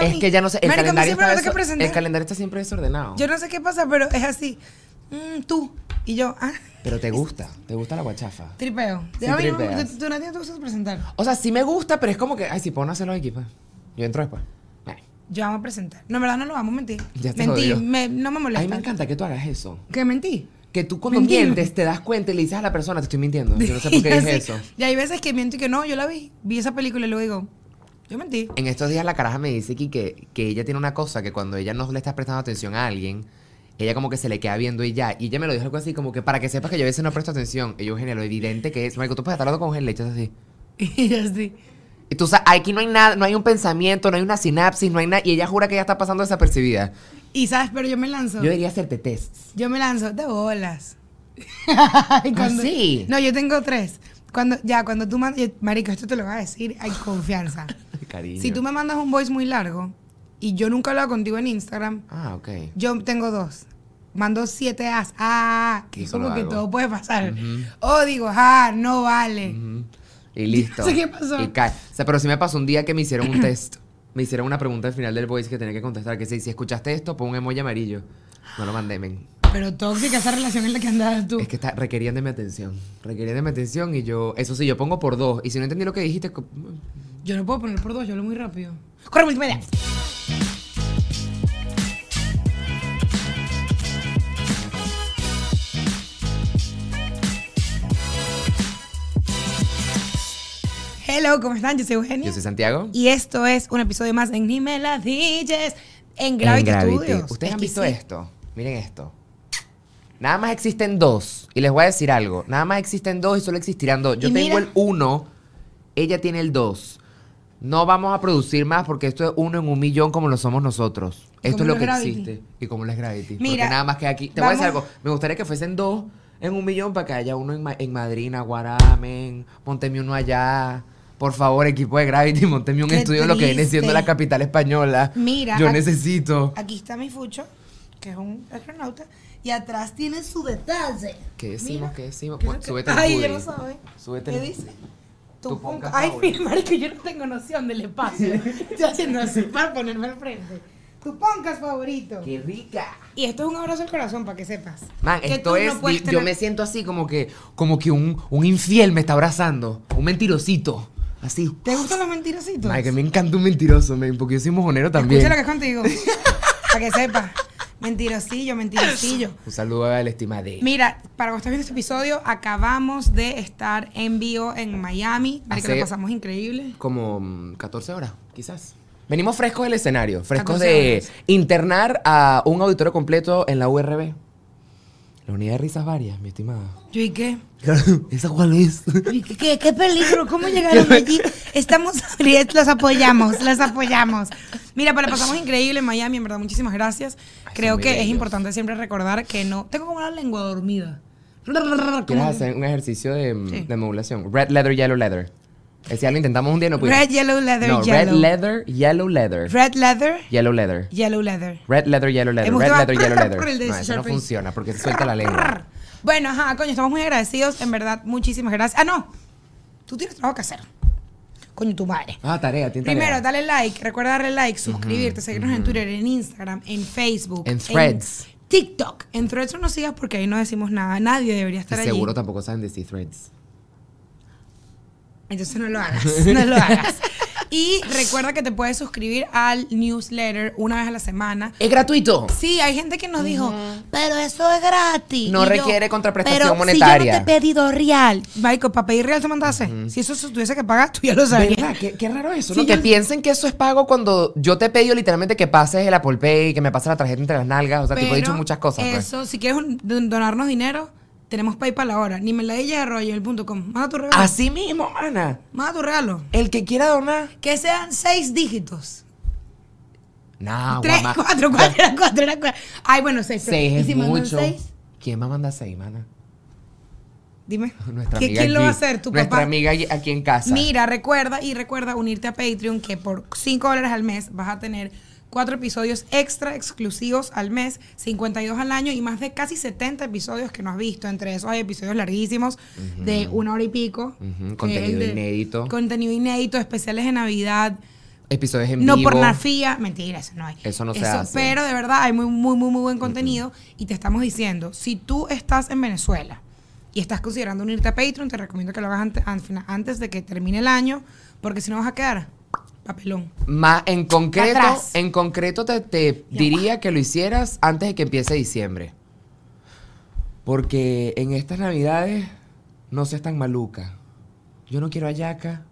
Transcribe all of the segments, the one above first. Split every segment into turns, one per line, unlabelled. Es que ya no sé. El,
Marico, a mí
calendario,
siempre
está
me toca
deso-
presentar.
el calendario está siempre desordenado.
Yo no sé qué pasa, pero es así. Mm, tú y yo, ah,
Pero te gusta, te gusta la guachafa.
tripeo.
Sí,
a mí no-
tripeas.
tú, tú no tienes que presentar.
O sea, sí me gusta, pero es como que, ay, si puedo no hacerlo aquí, pues. Yo entro después. Ay,
Yo amo presentar. No, en verdad no lo vamos a mentir.
Ya te
mentí,
jodió.
me- no me
a
molesta.
mí me encanta que tú hagas eso.
Que mentí.
Que tú cuando
Mentira.
mientes te das cuenta y le dices a la persona, te estoy mintiendo. Yo no sé por qué
Y
dije
así.
eso.
Y hay veces que miento y que no, yo la vi. Vi esa película y luego digo, yo mentí.
En estos días la caraja me dice que, que, que ella tiene una cosa que cuando ella no le está prestando atención a alguien, ella como que se le queda viendo y ya. Y ella me lo dijo algo así, como que para que sepas que yo a veces no presto atención. Y yo, genial, lo evidente que es. Marico, tú puedes estar hablando con Eugenio y le echas así.
Y así.
Y tú sabes, aquí no hay nada, no hay un pensamiento, no hay una sinapsis, no hay nada. Y ella jura que ella está pasando desapercibida.
Y sabes, pero yo me lanzo.
Yo debería hacerte tests.
Yo me lanzo de bolas. Y
¿Ah, sí?
No, yo tengo tres. Cuando, ya, cuando tú mandas, yo- marico, esto te lo voy a decir, hay confianza.
Cariño.
si tú me mandas un voice muy largo y yo nunca he hablado contigo en Instagram,
Ah, ok.
yo tengo dos. Mando siete as. Ah,
¿Qué
como
lo
que
hago?
todo puede pasar. O digo, ah, no vale.
Ujú. Y listo.
sé qué pasó.
Y cae. O sea, pero sí me pasó un día que me hicieron un test. Me hicieron una pregunta al final del voice que tenía que contestar. Que si, si escuchaste esto, pon un emoji amarillo. No lo mandé, men.
Pero tóxica esa relación en la que andabas tú.
Es que está, requerían de mi atención. Requerían de mi atención y yo... Eso sí, yo pongo por dos. Y si no entendí lo que dijiste... co-
Yo no puedo poner por dos, yo hablo muy rápido. ¡Corre multimedia! Hello, ¿cómo están? Yo soy Eugenia.
Yo soy Santiago.
Y esto es un episodio más en Ni Me Las Dices en Gravity, Studios.
Ustedes
Es
han
que
visto
sí.
esto. Miren esto. Nada más existen dos. Y les voy a decir algo. Nada más existen dos y solo existirán dos. Yo
Y
tengo
mira-
el uno, ella tiene el dos. No vamos a producir más porque esto es uno en un millón como lo somos nosotros.
Y
Esto
como
es lo
lo
que
Gravity.
existe. Y como les Gravity.
Mira,
porque nada más que aquí. Te voy a decir
vamos-
algo. Me gustaría que fuesen dos en un millón para que haya uno en, Ma- en Madrid, Naguará, men. Monteme uno allá. Por favor, equipo de Gravity, monteme un
Qué
estudio en lo que viene siendo
triste.
la capital española.
Mira,
Yo
aquí-
necesito.
Aquí está mi fucho, que es un astronauta, y atrás tiene su detalle.
¿Qué decimos?
Mira.
¿Qué decimos?
¿Qué
Pon-
es lo que-
súbete el
Ay,
hoodie.
ya lo sabe.
Súbete
¿Qué
el-
dice?
Tu
Tu punca.
podcast
Ay,
favorito.
marico, yo no tengo noción del espacio. Estoy haciendo así para ponerme al frente. Tu podcast favorito.
¡Qué rica!
Y esto es un abrazo al corazón para que sepas.
Man,
Que
esto
tú
es.
no puedes
di- yo
tener-
me siento así como que, como que un, un infiel me está abrazando. Un mentirosito. Así.
¿Te gustan los mentirositos?
Man, que me encanta un mentiroso, man, porque yo soy mojonero también.
Escucha lo que es contigo. para que sepas. Mentirosillo, mentirosillo.
Un saludo al estimade.
Mira, para vos estás viendo este episodio, acabamos de estar en vivo en Miami. Marico,
Hace-
lo pasamos increíble.
Como mm, 14 horas, quizás. Venimos frescos del escenario, frescos
14
de
horas.
internar a un auditorio completo en la URB. La unidad de risas varias, mi estimada.
Yo y qué.
¿Esa cuál es?
¿Qué, qué, qué peligro? ¿Cómo llegaron allí? Estamos abiertos, los apoyamos, los apoyamos. Mira, pero la pasamos increíble en Miami, en verdad, muchísimas gracias.
Ay,
Creo
son muy
que es
bellos.
importante siempre recordar que no... Tengo como una lengua dormida.
¿Quieres
Como-
hacer un ejercicio de,
Mm.
mm,
Sí.
de modulación? Red leather, yellow leather. Eh, Si ya lo intentamos un día, no pudimos.
Red, yellow, leather,
no,
yellow.
red leather, yellow leather.
Red leather,
Yellow leather.
yellow leather.
Red leather, yellow leather.
Hemos
Red
ido a
leather, yellow
prrr, prrr, el de
leather. No, eso no
Sharpie.
funciona porque se suelta la lengua.
Bueno, ajá, coño, estamos muy agradecidos, en verdad, muchísimas gracias. Ah, no, tú tienes trabajo que hacer. Coño, tu madre.
Ah, tarea, tiene tarea.
Primero, dale like, recuerda darle like, suscribirte, seguirnos en Twitter, en Instagram, en Facebook,
En Threads.
TikTok. En Threads no nos sigas porque ahí no decimos nada. Nadie debería
Y
estar allí.
seguro tampoco saben decir threads.
Entonces no lo hagas, no lo hagas. Y recuerda que te puedes suscribir al newsletter una vez a la semana.
¡Es gratuito!
Sí, hay gente que nos dijo,
Pero eso es gratis.
No
Y yo,
requiere contraprestación
pero Si yo
monetaria".
no te he pedido real.
Michael, para pedir real te mandase. Si eso se tuviese que pagar, tú ya lo sabes.
¿Verdad? Qué, qué raro eso,
Sí,
¿no? Que
yo-
piensen que eso es pago cuando yo te he pedido literalmente que pases el Apple Pay, que me pases la tarjeta entre las nalgas. O sea, tipo, he dicho
Pero
muchas cosas. pues.
Eso, si quieres un- don- donarnos dinero, tenemos PayPal ahora. Ni me la de rollo, el punto com. Manda tu regalo.
Así mismo, mana.
Manda tu regalo.
El que quiera donar.
Que sean seis dígitos.
No,
Tres,
Ah, guamá.
cuatro, cuatro, era cuatro, era cuatro. Ay, bueno, seis. pero-
Seis
¿y
es
si mandan
mucho.
seis?
¿Quién va a mandar seis, mana? Pues
Dime.
Nuestra
¿Qui-
amiga
¿Quién lo va a
aquí.
hacer? ¿Tu
Nuestra
papá?
amiga allí- aquí en casa.
Mira, recuerda y recuerda unirte a Patreon que por 5 dólares al mes vas a tener cuatro episodios extra exclusivos al mes, 52 al año y más de casi 70 episodios que no has visto. Entre esos hay episodios larguísimos de una hora y pico.
Ujú,
que es
contenido
el de-
inédito.
Contenido inédito, especiales de Navidad.
episodios en
no
vivo.
pornografía, mentira, eso no hay.
Eso no se hace.
Pero de verdad hay muy, muy, muy, muy buen contenido y te estamos diciendo, si tú estás en Venezuela y estás considerando unirte a Patreon, te recomiendo que lo hagas ante- al final- antes de que termine el año, porque si no vas a quedar papelón.
Más en concreto,
Atrás.
en concreto te, te diría que lo hicieras antes de que empiece diciembre. Porque en estas navidades no seas tan maluca. Yo no quiero ayaca.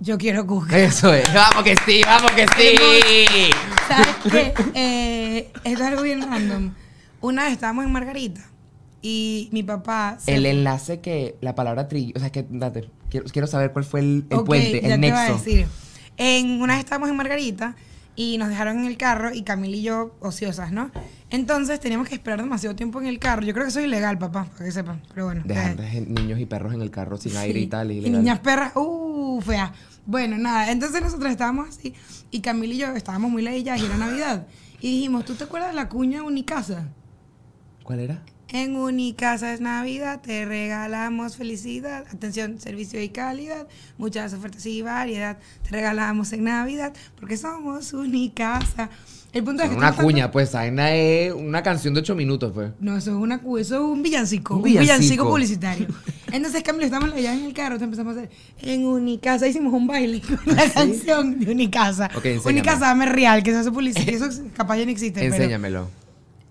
Yo quiero Google.
Eso es. Vamos que sí, vamos que sí.
¿Sabes qué? Eh, esto es algo bien random. Una vez estábamos en Margarita y mi papá... se-
El enlace que la palabra trillo, o sea, es que date, quiero, quiero saber cuál fue el, el
Ok,
puente,
ya
el
te iba a
nexo.
decir. En, una vez estábamos en Margarita y nos dejaron en el carro y Camila y yo ociosas, ¿no? Entonces teníamos que esperar demasiado tiempo en el carro. Yo creo que eso es ilegal, papá, para que sepan. Pero bueno.
Dejar
eh,
de- niños y perros en el carro sin aire
sí.
y tal.
Y
ilegal.
niñas perras, uh, fea. Bueno, nada, entonces nosotros estábamos así y Camila y yo estábamos muy leídas y era Navidad. Y dijimos, ¿tú te acuerdas de la cuña de Unicasa?
¿Cuál era?
En Unicasa es Navidad, te regalamos felicidad, atención, servicio y calidad, muchas ofertas y variedad, te regalamos en Navidad, porque somos Unicasa. El punto es que
Una
estoy buscando-
cuña, pues, Aina es una canción de ocho minutos, pues.
No, eso es una cu- eso es un villancico,
Un
un villancico,
villancico.
publicitario. Entonces, Camilo, estamos allá en el carro, entonces empezamos a hacer en Unicasa, hicimos un baile con la canción de Unicasa.
¿Ah, Ok, enséñame.
Unicasa, dame real, que eso es publicidad, eso capaz ya no existe. pero-
Enséñamelo.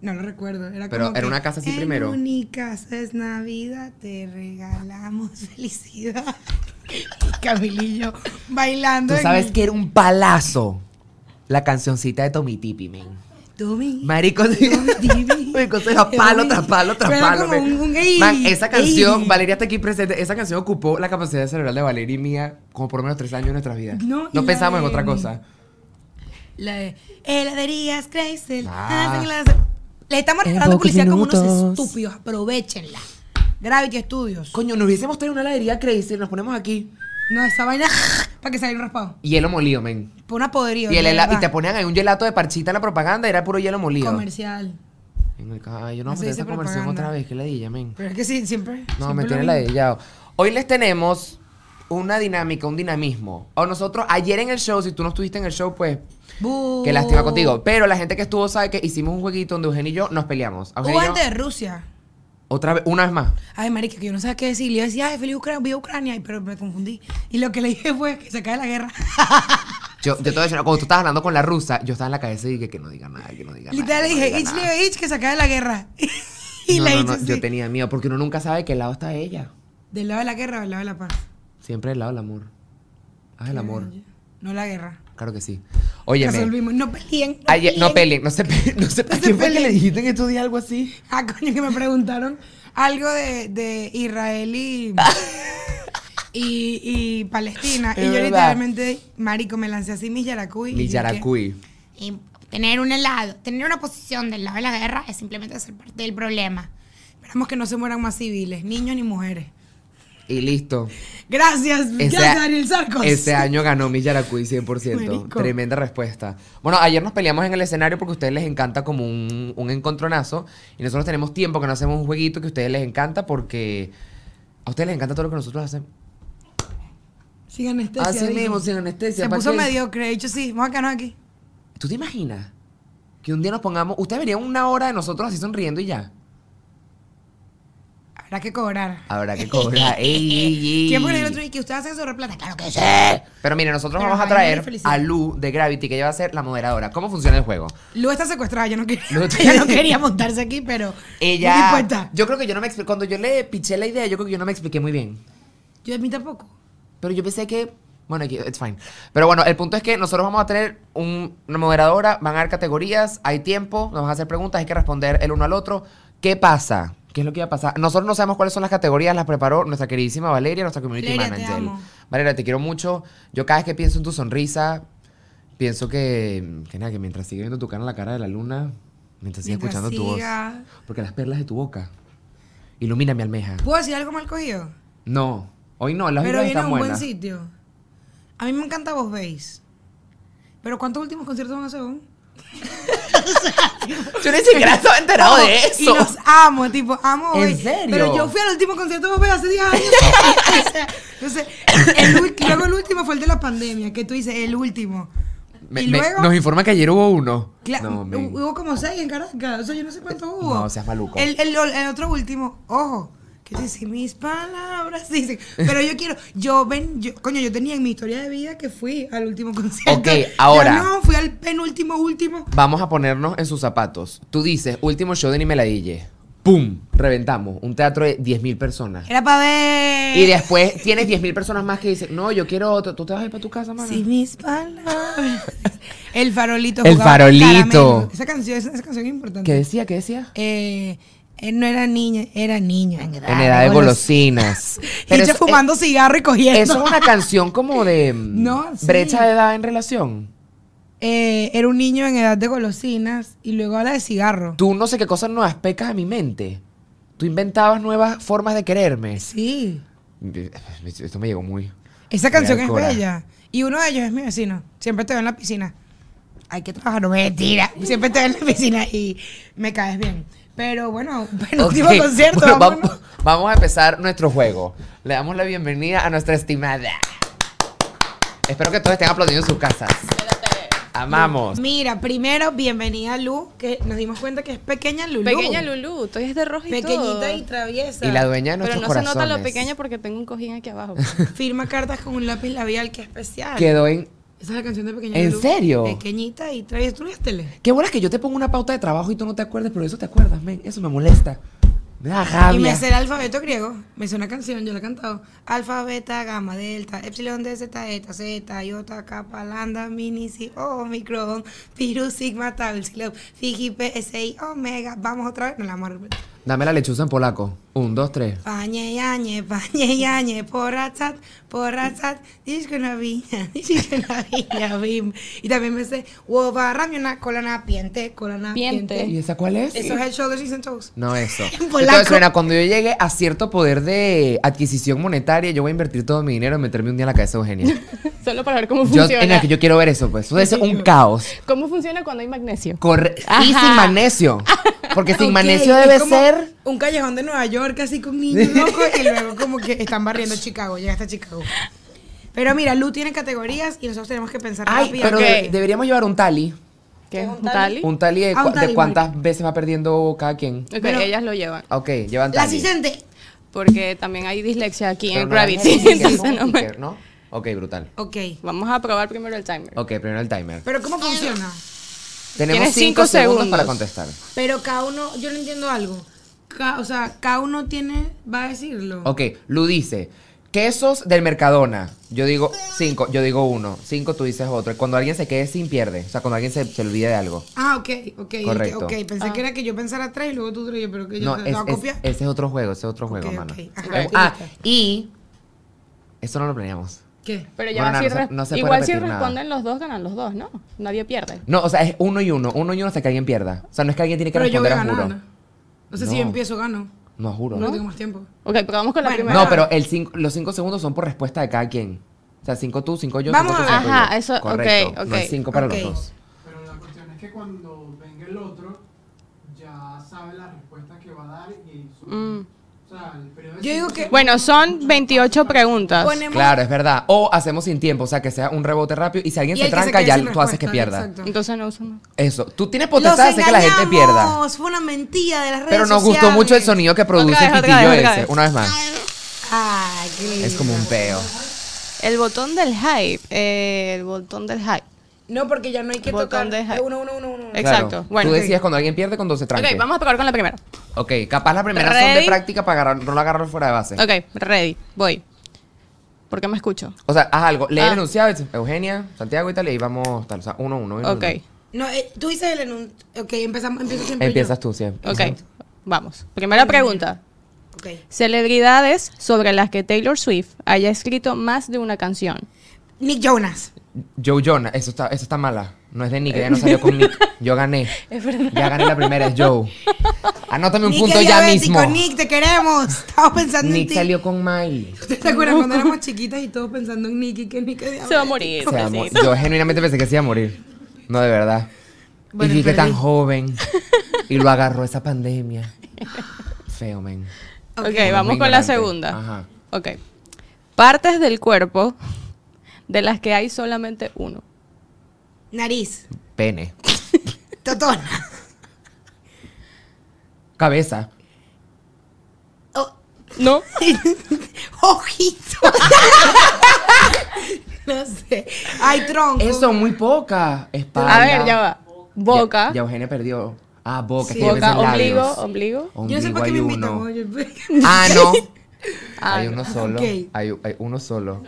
no lo recuerdo. Era
Pero
como
era
que,
una casa así primero.
En única casa es Navidad, te regalamos felicidad. Y Camilillo bailando.
Tú
en-
sabes que era un palazo la cancioncita de Tommy Tippy, men.
Tú mi-
Marico, Marico, se da palo tras palo tras
Pero
palo.
como
men.
un- un gay.
Man, esa canción,
Ey.
Valeria está aquí presente. Esa canción ocupó la capacidad cerebral de Valeria y mía como por lo menos tres años de nuestras vidas.
No, y
No
la
pensamos en
de-
otra cosa.
La de heladerías Kreisel.
Ah.
hacen las- Le estamos
En
regalando
pocos
publicidad como unos
minutos.
estúpidos. Aprovechenla. Gravity Studios.
Coño, nos hubiésemos traído una heladería crazy, nos ponemos aquí.
No, esa vaina para que salga un raspado.
Hielo molido, men.
Por una podrida.
Y, el
de
hela- y
verdad.
te ponían ahí un gelato de parchita en la propaganda y era puro hielo molido.
comercial.
En el ca- Ay, yo no
No
voy
se dice
a meter esa conversión
propaganda.
otra vez, que ladilla, men.
Pero es que sí, siempre.
No,
siempre
me
lo
tiene
mismo.
ladillado. Hoy les tenemos una dinámica, un dinamismo. O nosotros, ayer en el show, si tú no estuviste en el show, pues,
Bu.
qué lástima contigo. Pero la gente que estuvo sabe que hicimos un jueguito donde Eugenio y yo nos peleamos. Eugenio
Hubo
y yo-
gente de Rusia.
otra vez, una vez más.
Ay, marica, que yo no sabía qué decir. Yo decía, ay, feliz Ucrania, viva Ucrania, Ay, pero me confundí. Y lo que le dije fue que se acabe la guerra.
Yo, yo te voy a decir, cuando tú estabas hablando con la rusa, yo estaba en la cabeza y dije que no diga nada, que no diga nada.
Literal le
que no
dije,
diga
ich,
nada".
leo, ich, que se acabe la guerra. y
No,
la
no,
ich
no,
así,
yo tenía miedo, porque uno nunca sabe de qué lado está ella.
Del lado de la guerra o del lado de la paz.
Siempre del lado del amor. Haz el amor.
No la guerra.
Claro que sí. Oye,
Resolvimos, no peleen.
Ayer, no peleen, no se peleen, no se peleen.
se
¿Quién fue que le
peleen.
dijiste en estos días algo así?
Ah, coño, que me preguntaron algo de, de Israel y, y, y Palestina.
Es
y yo
verdad.
literalmente, marico, me lancé así mis yaracuy. y
Mi
dije,
Yaracuy.
Y tener un helado, tener una posición del lado de la guerra es simplemente ser parte del problema.
Esperamos que no se mueran más civiles, niños ni mujeres.
Y listo.
Gracias,
Ese-
gracias Daniel Sarcos.
Ese año ganó mi Yaracuy 100%.
Marico.
Tremenda respuesta. Bueno, ayer nos peleamos en el escenario porque a ustedes les encanta como un, un encontronazo. Y nosotros tenemos tiempo que no hacemos un jueguito que a ustedes les encanta porque a ustedes les encanta todo lo que nosotros hacemos.
Sin anestesia.
Así
dijo.
Ah, mismo, sin anestesia.
este Se
¿pa'
puso
qué?
mediocre. De hecho, sí, vamos a quedarnos aquí.
¿Tú te imaginas que un día nos pongamos. Ustedes verían una hora de nosotros así sonriendo y ya.
Habrá que cobrar.
Habrá que cobrar. Ey, ey, ey.
¿Quién pone el otro y que ustedes hacen sobre plata? Claro que sí.
Pero mire, nosotros
Pero
vamos a
vayan a la
traer
felicidad.
a Lu de Gravity, que ella va a ser la moderadora. ¿Cómo funciona el juego?
Lu está secuestrada, yo no quería,
Lu-
ella no quería montarse aquí, pero no
Ella.
importa.
yo creo que yo no me expliqué. Cuando yo le piché la idea, yo creo que yo no me expliqué muy bien.
Yo a mí tampoco.
Pero yo pensé que. Bueno, aquí, it's fine. Pero bueno, el punto es que nosotros vamos a tener un- una moderadora, van a dar categorías, hay tiempo, nos van a hacer preguntas, hay que responder el uno al otro. ¿Qué pasa? ¿Qué es lo que va a pasar? Nosotros no sabemos cuáles son las categorías, las preparó nuestra queridísima Valeria, nuestra community
Valeria, te
manager.
amo.
Valeria, te quiero mucho. Yo cada vez que pienso en tu sonrisa, pienso que, que nada, que mientras sigue viendo tu cara en la cara de la luna, mientras sigue
Mientras
escuchando tu voz,
siga-
porque las perlas de tu boca ilumina mi almeja.
¿Puedo decir algo mal cogido?
No, hoy no, las
pero
vibras
viene a
están
un buen
buenas.
sitio. A mí me encanta Vos Veis. Pero ¿cuántos últimos conciertos van a hacer aún?
Yo ni siquiera estaba enterado
Amo,
de
Y
eso.
los amo, tipo, amo
¿En
hoy.
serio?
Pero yo fui al último concierto de Popeye hace 10 años. O sea, Entonces, el, ul- luego el último fue el de la pandemia, que tú dices, el último.
Me-
y
me-
luego,
nos informa que ayer hubo uno.
cla-
No, men.
hu- hubo como seis en Caracas. O sea, yo no sé cuánto hubo.
No, seas maluco.
El, el- el otro último, ojo. Que tú dices, mis palabras dicen. Pero yo quiero, yo ven, yo, coño, yo tenía en mi historia de vida que fui al último concierto.
Ok,
Yo
ahora.
no, fui al penúltimo, último.
Vamos a ponernos en sus zapatos. Tú dices, último show de Ni Meladille. ¡Pum! Reventamos. Un teatro de 10.000 personas.
Era para ver.
Y después tienes 10.000 personas más que dicen, no, yo quiero otro. ¿Tú te vas a ir para tu casa, mano?
Si mis palabras. El farolito.
El
jugaba
farolito.
caramelo. Esa canción, esa, esa canción es
¿Qué
importante.
decía? ¿Qué decía?
Eh, él no era niña, era niño. En edad,
En edad de golosinas.
Y yo
eso-
fumando cigarro y cogiendo.
eh, Eso es una canción como de mm,
No, sí.
brecha de edad en relación.
Eh, era un niño en edad de golosinas y luego habla de cigarro.
Tú no sé qué cosas nuevas pecas a mi mente. Tú inventabas nuevas formas de quererme.
Sí.
Esto me llegó muy.
Esa canción es
Alcora.
bella. Y uno de ellos es mi vecino. Siempre te veo en la piscina. Hay que trabajar, no me tira. Siempre te veo en la piscina y me caes bien. Pero bueno, penúltimo
Ok,
concierto.
bueno,
vámonos.
vamos, vamos a empezar nuestro juego. Le damos la bienvenida a nuestra estimada. Espero que todos estén aplaudiendo en sus casas. Amamos.
Mira, primero, bienvenida Lu, que nos dimos cuenta que es pequeña Lulu.
Pequeña Lulú, estoy es de roja y todo.
Pequeñita y traviesa.
Y la dueña de
Pero
nuestros
no se
corazones.
nota lo pequeña pues, porque tengo un cojín aquí abajo. pues.
Firma cartas con un lápiz labial, que es especial.
Quedó en.
Esa es la canción de Pequeña
¿En
Lulú.
serio?
Pequeñita y traviesa. ¿Tú tele?
Qué bueno es que yo te pongo una pauta de trabajo y tú no te acuerdas, pero de eso te acuerdas, men. Eso me molesta. Me da
Y me
rabia.
hace el alfabeto griego. Me hace una canción, yo la he cantado. Alfa, beta, gamma, delta, epsilon, D, zeta, eta, zeta, iota, kappa, lambda, mini, si, omicron, virus, sigma, tau, epsilon, fiji, p, si, omega. Vamos otra vez. No la vamos a repetir.
Dame la lechuza en polaco. Un, dos, tres.
Panie yañe, panie yañe, porratzat, porratzat, discona viña, discona viña, bim. Y también me sé, uova ramiona, colana piente, colana
Piente.
piente.
¿Y esa cuál es?
Eso es el shoulders and toes.
No, eso.
En polaco.
Entonces, Lorena, cuando yo llegue a cierto poder de adquisición monetaria, yo voy a invertir todo mi dinero en meterme un día en la cabeza de Eugenia.
Solo para ver cómo
Yo,
funciona.
en la que yo quiero ver eso, pues. Eso es un caos.
¿Cómo funciona cuando hay magnesio?
Corre y
Ajá.
sin magnesio. Porque sin
Ok,
magnesio
es
debe
como
ser.
Un callejón de Nueva York, así con niños locos, y luego como que están barriendo Chicago, llegaste a Chicago. Pero mira, Lu tiene categorías y nosotros tenemos que pensar
Ay,
rápido.
pero
ok.
de- deberíamos llevar un tally.
¿Qué es un tali?
Un tally de,
Ah, un
cua- de
tally,
cuántas veces va perdiendo cada quien.
Ok,
Pero-
ellas lo llevan.
Ok, llevan
La
tally.
asistente.
Porque también hay dislexia aquí
Pero
en
no
Gravity.
es el
entonces
sticker,
no me-
¿no? Ok, brutal.
Ok,
Vamos a probar primero el timer.
Ok, primero el timer.
pero ¿cómo funciona?
Tenemos
Tienes
5
cinco
segundos para
segundos.
contestar.
Pero cada uno, yo no entiendo algo. Ca- o sea, cada uno tiene, va a decirlo.
Ok, Lu dice, quesos del Mercadona. Yo digo cinco, yo digo uno. Cinco, tú dices otro. Cuando alguien se quede sin, pierde. O sea, cuando alguien se, se olvida de algo.
Ah, ok, ok. y
Correcto.
que- Ok, pensé que era que yo pensara tres y luego tú tres, pero que yo
No,
te
es-
voy a
es-
copiar.
ese es otro juego, ese es otro juego,
Ok,
mano.
ok. Ajá,
Eh, ah,
listo.
y... Eso no lo planeamos.
¿Qué?
Pero ya
Bueno,
va
no,
si
no se-
res-
no se puede
Igual si
repetir nada.
responden los dos, ganan los dos, ¿no? Nadie pierde.
No, o sea, es uno y uno, uno y uno hasta que alguien pierda. O sea, no es que alguien tiene que
Pero yo voy
responder
a
a
ganar.
juro.
No sé si
No.
yo empiezo, gano.
No, juro.
No
No,
tengo más tiempo.
Ok, pero vamos con la
Bueno.
primera.
pero el cinco- los cinco segundos son por respuesta de cada quien. O sea, cinco tú, cinco yo,
Vamos
cinco tú,
a-
cinco
Ajá,
yo.
eso- ok,
Correcto. No
ok.
es cinco para
Ok.
los dos.
Pero la cuestión es que cuando venga el otro, ya sabe la respuesta que va a dar y su.
Mm.
O sea, el periodo de
Yo digo
cinco
que-
segundos
Bueno, son 28 preguntas.
Ponemos-
Claro, es verdad. O hacemos sin tiempo, o sea, que sea un rebote rápido y si alguien
y
se
el que
tranca,
quede
ya
sin
tú haces que
respuesta,
pierda.
exacto.
Entonces no usan.
Eso. Tú tienes potestad de
Los
hacer que la gente pierda.
engañamos, Fue una mentira de las redes
Pero nos gustó
sociales.
mucho el sonido que produce
Otra vez,
el
otra
pitillo
vez,
ese.
otra vez.
Una vez más.
Ay, qué lindo.
Es como un peo.
El botón del hype. eh, el botón del hype.
No, porque ya no hay que
Botón
tocar.
de ja-
Eh, Uno, uno, uno, uno.
Eh, Exacto.
Claro.
Bueno,
Tú
ok.
decides cuando alguien pierde, cuando se tranca.
Ok, vamos a probar con la primera.
Ok, capaz las primeras son de
Ready.
práctica para agarrar, no la agarrar fuera de base.
Ok, ready. Voy. ¿Por qué me escucho?
O sea, haz algo. Lee el
Ah.
enunciado, dice, Eugenia, Santiago y tal, y ahí vamos tal. O sea, uno, uno, uno.
Ok,
No, eh, tú dices el enun... Ok, empezamos, empiezo siempre
Empiezas
yo.
tú siempre.
ok. Vamos. Primera pregunta.
Ok.
Celebridades sobre las que Taylor Swift haya escrito más de una canción.
Nick Jonas.
Joe Jonas, eso está, eso está mala. No es de Nick,
Eh,
ya no salió con Nick. Yo gané.
Es verdad.
Ya gané la primera, es Joe. Anótame un
Nick
punto
es
ya
diabético,
mismo.
Nick, te queremos. Estamos pensando en
Nick
ti.
salió con Miley.
¿Ustedes se acuerdan cuando éramos chiquitas y todos pensando en Nick y que Nick es
Se va
diabético?
a morir.
O sea, mo-
pobrecito.
yo genuinamente pensé que se iba a morir. No, de verdad. y vi que tan
perdí.
joven. Y lo agarró esa pandemia. Feo, men.
Ok,
Somos
vamos
muy
con la
ignorantes.
segunda.
Ajá.
Ok. Partes del cuerpo de las que hay solamente uno.
Nariz.
Pene.
Totona.
Cabeza.
No.
Oh, Ojito. no sé. Ay, tronco.
Eso, muy poca. Espalda.
A ver, ya va. Boca.
Ya, ya Eugenia perdió. Ah, boca.
Sí.
que yo pensé
boca,
en
ombligo,
labios.
ombligo.
Yo no sé para qué me
hay
invitan.
uno.
oye.
Ah, no.
Ah,
hay uno solo.
ok.
Hay, hay uno solo.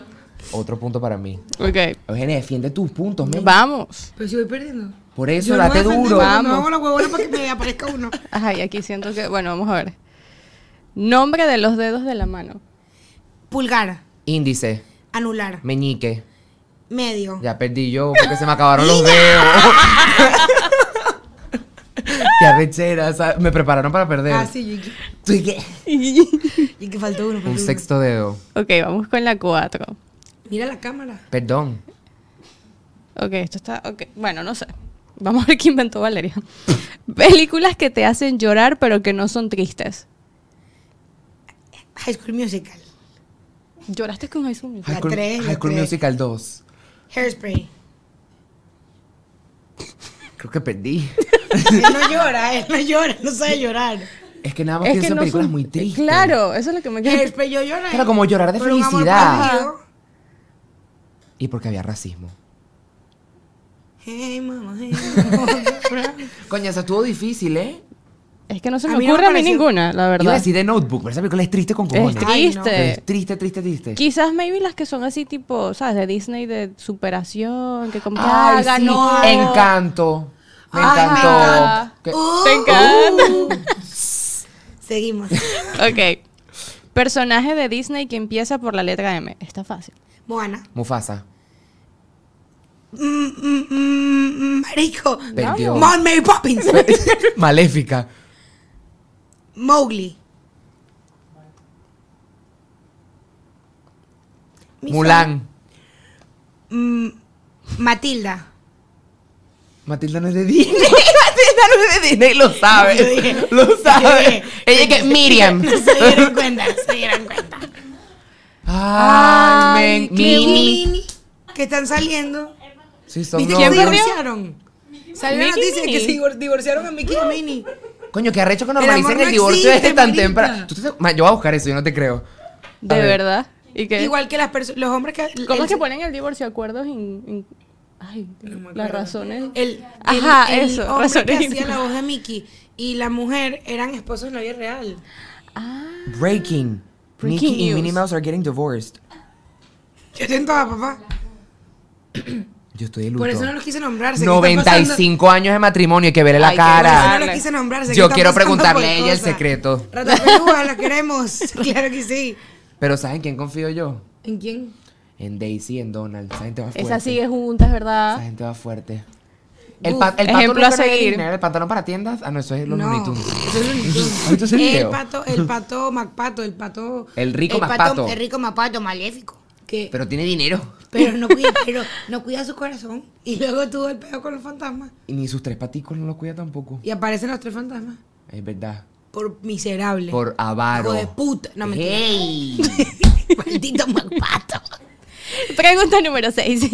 Otro punto para mí.
Ok.
Eugenia, defiende tus puntos, men.
Vamos.
Pero si voy perdiendo.
Por eso,
Yo no
date
voy a defender
duro.
porque Me
vamos.
hago la huevona para que me aparezca uno.
Ajá, y aquí siento que. Bueno, vamos a ver. Nombre de los dedos de la mano.
Pulgar.
Índice,
Anular.
meñique.
Medio.
Ya perdí yo porque se me acabaron los dedos. Qué arrechera. o sea, Me prepararon para perder.
Ah, sí, yo- yo-
Tú y qué.
y que faltó uno. faltó
Un
uno.
sexto dedo.
Ok, vamos con la cuatro.
Mira la cámara.
Perdón.
Ok, esto está. Ok. Bueno, no sé. Vamos a ver qué inventó Valeria. Películas que te hacen llorar, pero que no son tristes.
High School Musical.
¿Lloraste con High School Musical?
La tres, la
High School
tres.
Musical 2.
Hairspray.
Creo que perdí.
Él no llora, él no llora, no sabe llorar.
Es que nada más pienso en películas
son-
muy tristes.
Claro, eso es lo que me queda.
Hairspray yo llora.
Claro, como llorar de
por un amor
felicidad.
perdido.
Y porque había racismo.
Hey, mamá, hey, mamá.
Coño, eso estuvo difícil, ¿eh?
Es que no se
A
me
mí no me
ocurre a mí
pareció-
ninguna, la
Yo
verdad.
decidí de Notebook, pero esa película es triste con
Es
cojones.
Ay,
Pero es
triste.
triste, triste, triste.
Quizás maybe las que son así tipo, ¿sabes? De Disney, de superación, que como que
Ay,
ah,
sí.
ganó.
Encanto. Me
Ay, me
encantó.
encanta.
Que-
Uh,
Te encanta.
Seguimos.
ok. Personaje de Disney que empieza por la letra M. Está fácil.
Moana.
Mufasa.
Mm, mm, mm, marico.
Perdió.
Mon Mary Poppins.
Maléfica.
Mowgli. Mi
Mulan.
son- Mm, Matilda.
Matilda no es de Disney. Matilda no es de Disney, lo
Yo dije-
sabes. Lo sabes.
dije-
Ella que Miriam.
No se dieron cuenta, no se dieron cuenta.
Ay, men,
Mini.
Mini.
Que están saliendo.
Sí, son
¿Viste que se
novios.
perdió?
divorciaron? Salió la
Mickey
noticia de que
Minnie.
se divor- divorciaron a Mickey y a Minnie.
Coño, qué arrecho que
amor
normalicen
no
el divorcio
existe,
este tan
marica.
temprano. Tú te- Ma, Yo voy a buscar eso, yo no te creo.
De
A ver.
verdad. ¿Y que
Igual que las perso- los hombres que.
¿Cómo
el-
es que ponen el divorcio? Acuerdos in- in- Ay, las razones.
El,
Ajá,
el- el
eso,
hombre
razones
que hacía
in-
la voz de Mickey y la mujer eran esposos en la vida real.
Ah,
Breaking.
Breaking
Mickey y
news.
Minnie Mouse are getting divorced.
Yo tentaba, papá.
Yo estoy de luto.
Por eso no los quise nombrar. sé que están pasando-
95 años de matrimonio y que verle la
Ay, qué
Por
cara.
eso no los quise nombrar. sé que
Yo
están
quiero
pasando
preguntarle a
por
ella el
cosas.
secreto.
Ratapelúa, la queremos. Claro que sí.
Pero ¿saben quién confío yo?
¿En quién?
En Daisy, en Donald. Esa gente va fuerte.
esa sigue juntas,
Esa
¿ah?
¿verdad?
gente va fuerte. El, pa- el pato
Ejemplo
nunca
a
no gana
seguir.
dinero, El pantalón para tiendas. Ah, no, eso es los
no.
Looney Tunes.
Eso es Looney Tunes.
¿Has visto ese
El
video?
pato, el pato Macpato, el pato.
El rico
el
más
pato,
pato.
el rico mapato, maléfico.
que- pero,
Pero tiene dinero.
no cuida, pero no cuida su corazón. Y luego tuvo el pedo con los fantasmas.
Y ni sus tres paticos no los cuida tampoco.
Y aparecen los tres fantasmas.
Es verdad.
Por miserable.
Por
Hijo
avaro.
de puta. No me
¡Ey!
Maldito mapato.
Pregunta número 6.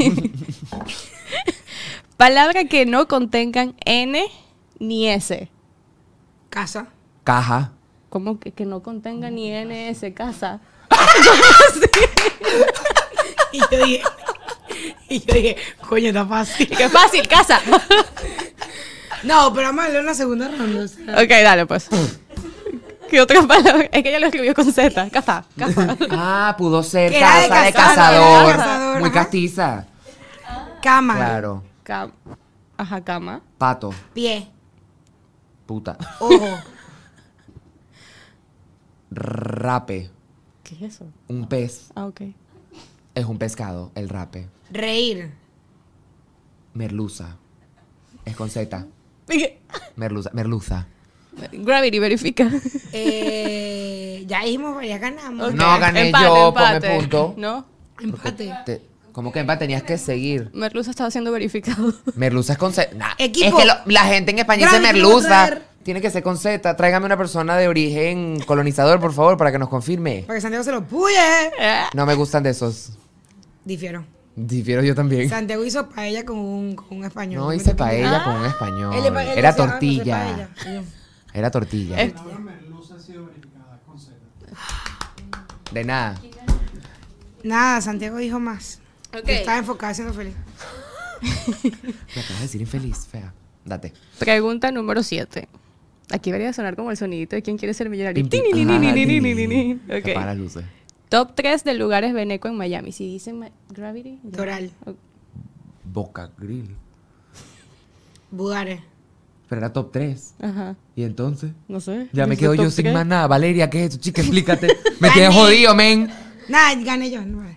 Palabra que no contengan N ni S.
Casa.
Caja.
¿Cómo que, que no contenga ni N, S, casa?
Y yo dije. Y yo dije, coño, está fácil.
¡Qué fácil, casa!
No, pero vamos a darle una segunda ronda. o sea.
ok, dale pues. ¿Qué otra palabra? Es que ella lo escribió con Z. Casa, casa.
Ah, pudo ser
Que era de
casa de
cazador,
cazador.
era de cazador,
Muy
ajá.
castiza.
Cama.
Claro.
Cam- Ajá, cama.
Pato.
Pie.
Puta.
Ojo.
Rape.
¿Qué es eso?
Un pez.
Ah, ok.
Es un pescado, el rape.
Reír.
Merluza. Es con Z. Merluza. Merluza.
Gravity, verifica.
Eh, ya dijimos, ya ganamos.
Ok.
No, gané
Empate,
yo,
empate.
ponme punto.
¿No?
Porque
Empate.
te- Como que, Emma, tenías que seguir.
Merluza estaba siendo verificado.
Merluza es con Z. Nah,
Equipo.
Es que lo- la gente en España dice
Gravity lo va a
merluza.
traer.
Tiene que ser con Z. Tráigame una persona de origen colonizador, por favor, para que nos confirme.
Para que Santiago se lo puye.
No me gustan de esos.
Difiero.
Difiero yo también.
Santiago hizo paella con un, con un español.
No hice paella con un español.
Ah. Él le pa- él decía, "Ah, no,
Era
hace
tortilla.
paella". Y yo,
Era tortilla.
Eh.
La palabra merluza ha sido verificada con Z.
De nada.
Nada, Santiago dijo más. Estaba enfocada siendo feliz.
Me acabas de decir infeliz, fea. Date.
Pregunta número 7. Aquí debería sonar como el sonidito de quién quiere ser millonario.
Pim, pim. Ajá,
Tininininininininin.
tin. Apaga las
Ok.
luces.
Top 3 de lugares veneco en Miami. Si dicen Ma- Gravity. ya.
Doral,
Ok.
Boca Grill.
Budare.
Pero era top 3.
Ajá.
Y entonces.
No sé.
Ya me
Dice
quedo yo
top
sin
tres.
más nada. Valeria, ¿qué es esto? Chica, explícate. Me
Gané.
tienes jodido, men.
Nada, gané yo. No, vale.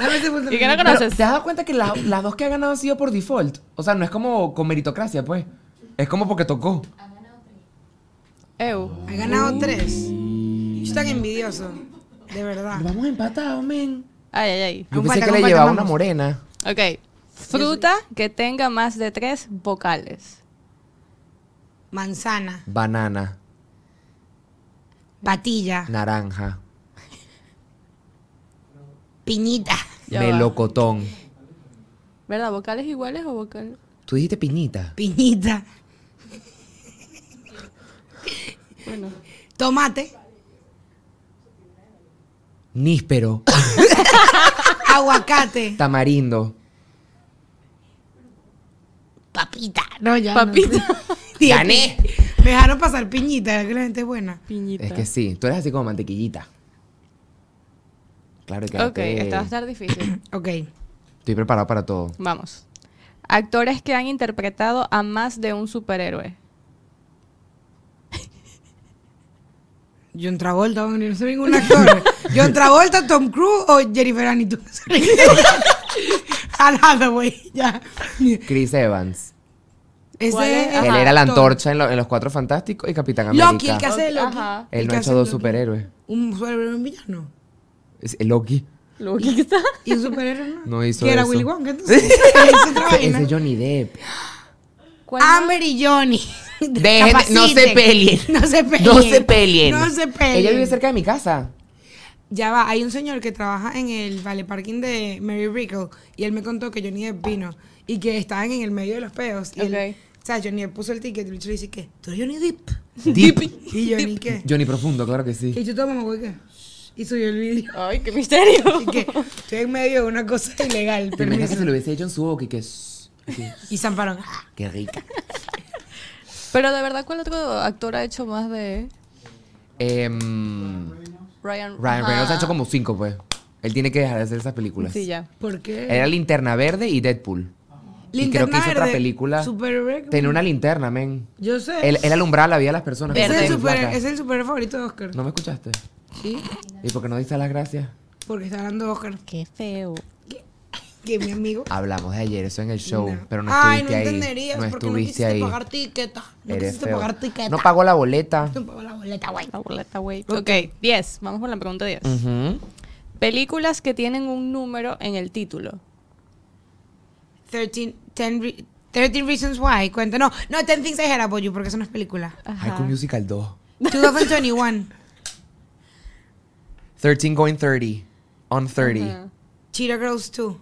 Dame ese punto.
¿Y qué no
Pero,
conoces?
¿Te has dado cuenta que la- las dos que ha ganado han sido por default? O sea, no es como con meritocracia, pues. Es como porque tocó.
Eu.
Ha ganado tres. Yo estoy tan envidioso. De verdad.
Vamos empatados, men.
Ay, ay, ay.
Yo
Aún
pensé
falta,
que le
aún falta,
llevaba
vamos.
una morena.
Ok. Fruta que tenga más de tres vocales.
Manzana,
Banana,
patilla,
naranja,
piñita.
Ya va.
melocotón.
¿Verdad? ¿Vocales iguales o vocales?
Tú dijiste piñita.
Piñita.
Bueno.
Tomate.
Níspero,
Aguacate.
tamarindo,
Papita. No, ya.
Papita.
Tía,
Gané.
Me dejaron pasar piñita, era que la gente es buena.
Piñita.
Es que sí, tú eres así como mantequillita. Claro que
ok, esta va a estar difícil.
Ok.
Estoy preparado para todo.
Vamos. Actores que han interpretado a más de un superhéroe.
John Travolta, bueno, yo no soy ningún actor. John Travolta, Tom Cruise o Jennifer Aniston. Anne Hathaway, ya.
Chris Evans.
¿Cuál
Ese
es?
es
Ajá,
Él era la
actor.
antorcha en, lo- en Los Cuatro Fantásticos y Capitán América.
Loki, el que hace de Loki.
Ajá.
El
Él no
que
ha
hace
hecho dos
Loki.
superhéroes.
Un superhéroe un villano.
Es- Loki.
Lo que está.
Y un superhéroe no.
No hizo
Que era
eso.
Willy Wonka, entonces. Hizo otra
Ese
vaina.
es Johnny Depp.
¿Cuál más?
Amber y Johnny.
Dejen de- no se
Capaciten.
peleen.
No se peleen.
No se peleen.
No se peleen.
Ella vive cerca de mi casa.
Ya va, hay un señor que trabaja en el vale parking de Mary Rickle y él me contó que Johnny Depp vino y que estaban en el medio de los peos. Y él-
Ok.
o sea, Johnny Depp puso el ticket y el bicho le dice, ¿qué? ¿Tú eres Johnny Depp?
Deep.
¿Y Johnny qué?
Johnny Profundo, claro que sí.
Y yo tomo mamá, ¿qué? Y subió el video.
Ay, qué misterio.
Y que estoy en medio de una cosa ilegal,
¿Te imaginas
permiso.
que se lo hubiese hecho en su boca y que... "Shh, así,
Y zamparon.
Qué rica.
Pero de verdad, ¿cuál otro actor ha hecho más de
Em,
Ryan,
Ryan
Ah.
Reynolds
Ajá.
ha hecho como cinco, pues. Él tiene que dejar de hacer esas películas.
Sí, ya.
¿Por qué?
Era Linterna Verde y Deadpool. y creo que hizo otra película.
Super
Tenía una linterna, men.
Yo sé.
Él, él alumbraba la vida de las personas.
Ese
Cuando
es el
eran
super-
flacas.
ese es el superhéroe favorito de Oscar.
¿No me escuchaste? ¿Y por qué no diste las gracias?
Porque está hablando de Oscar.
Qué feo.
Que mi amigo.
Hablamos de ayer, eso en el show, pero no
Ay, no
estuviste ahí.
entenderías
no
porque no
estuviste
quisiste
ahí.
pagar tiqueta. No
Eres
quisiste
feo.
pagar tiqueta.
No pagó la boleta.
No pagó la boleta, güey.
La boleta, güey. Ok, 10. Vamos con la pregunta 10.
Ujú.
Películas que tienen un número en el título.
13, 10 re- 13 Reasons Why. Cuenta. No, no, 10 Things I Hate About You porque eso no es película.
High School Musical 2.
2021.
13 going 30. On 30.
Ajá.
Cheetah Girls 2.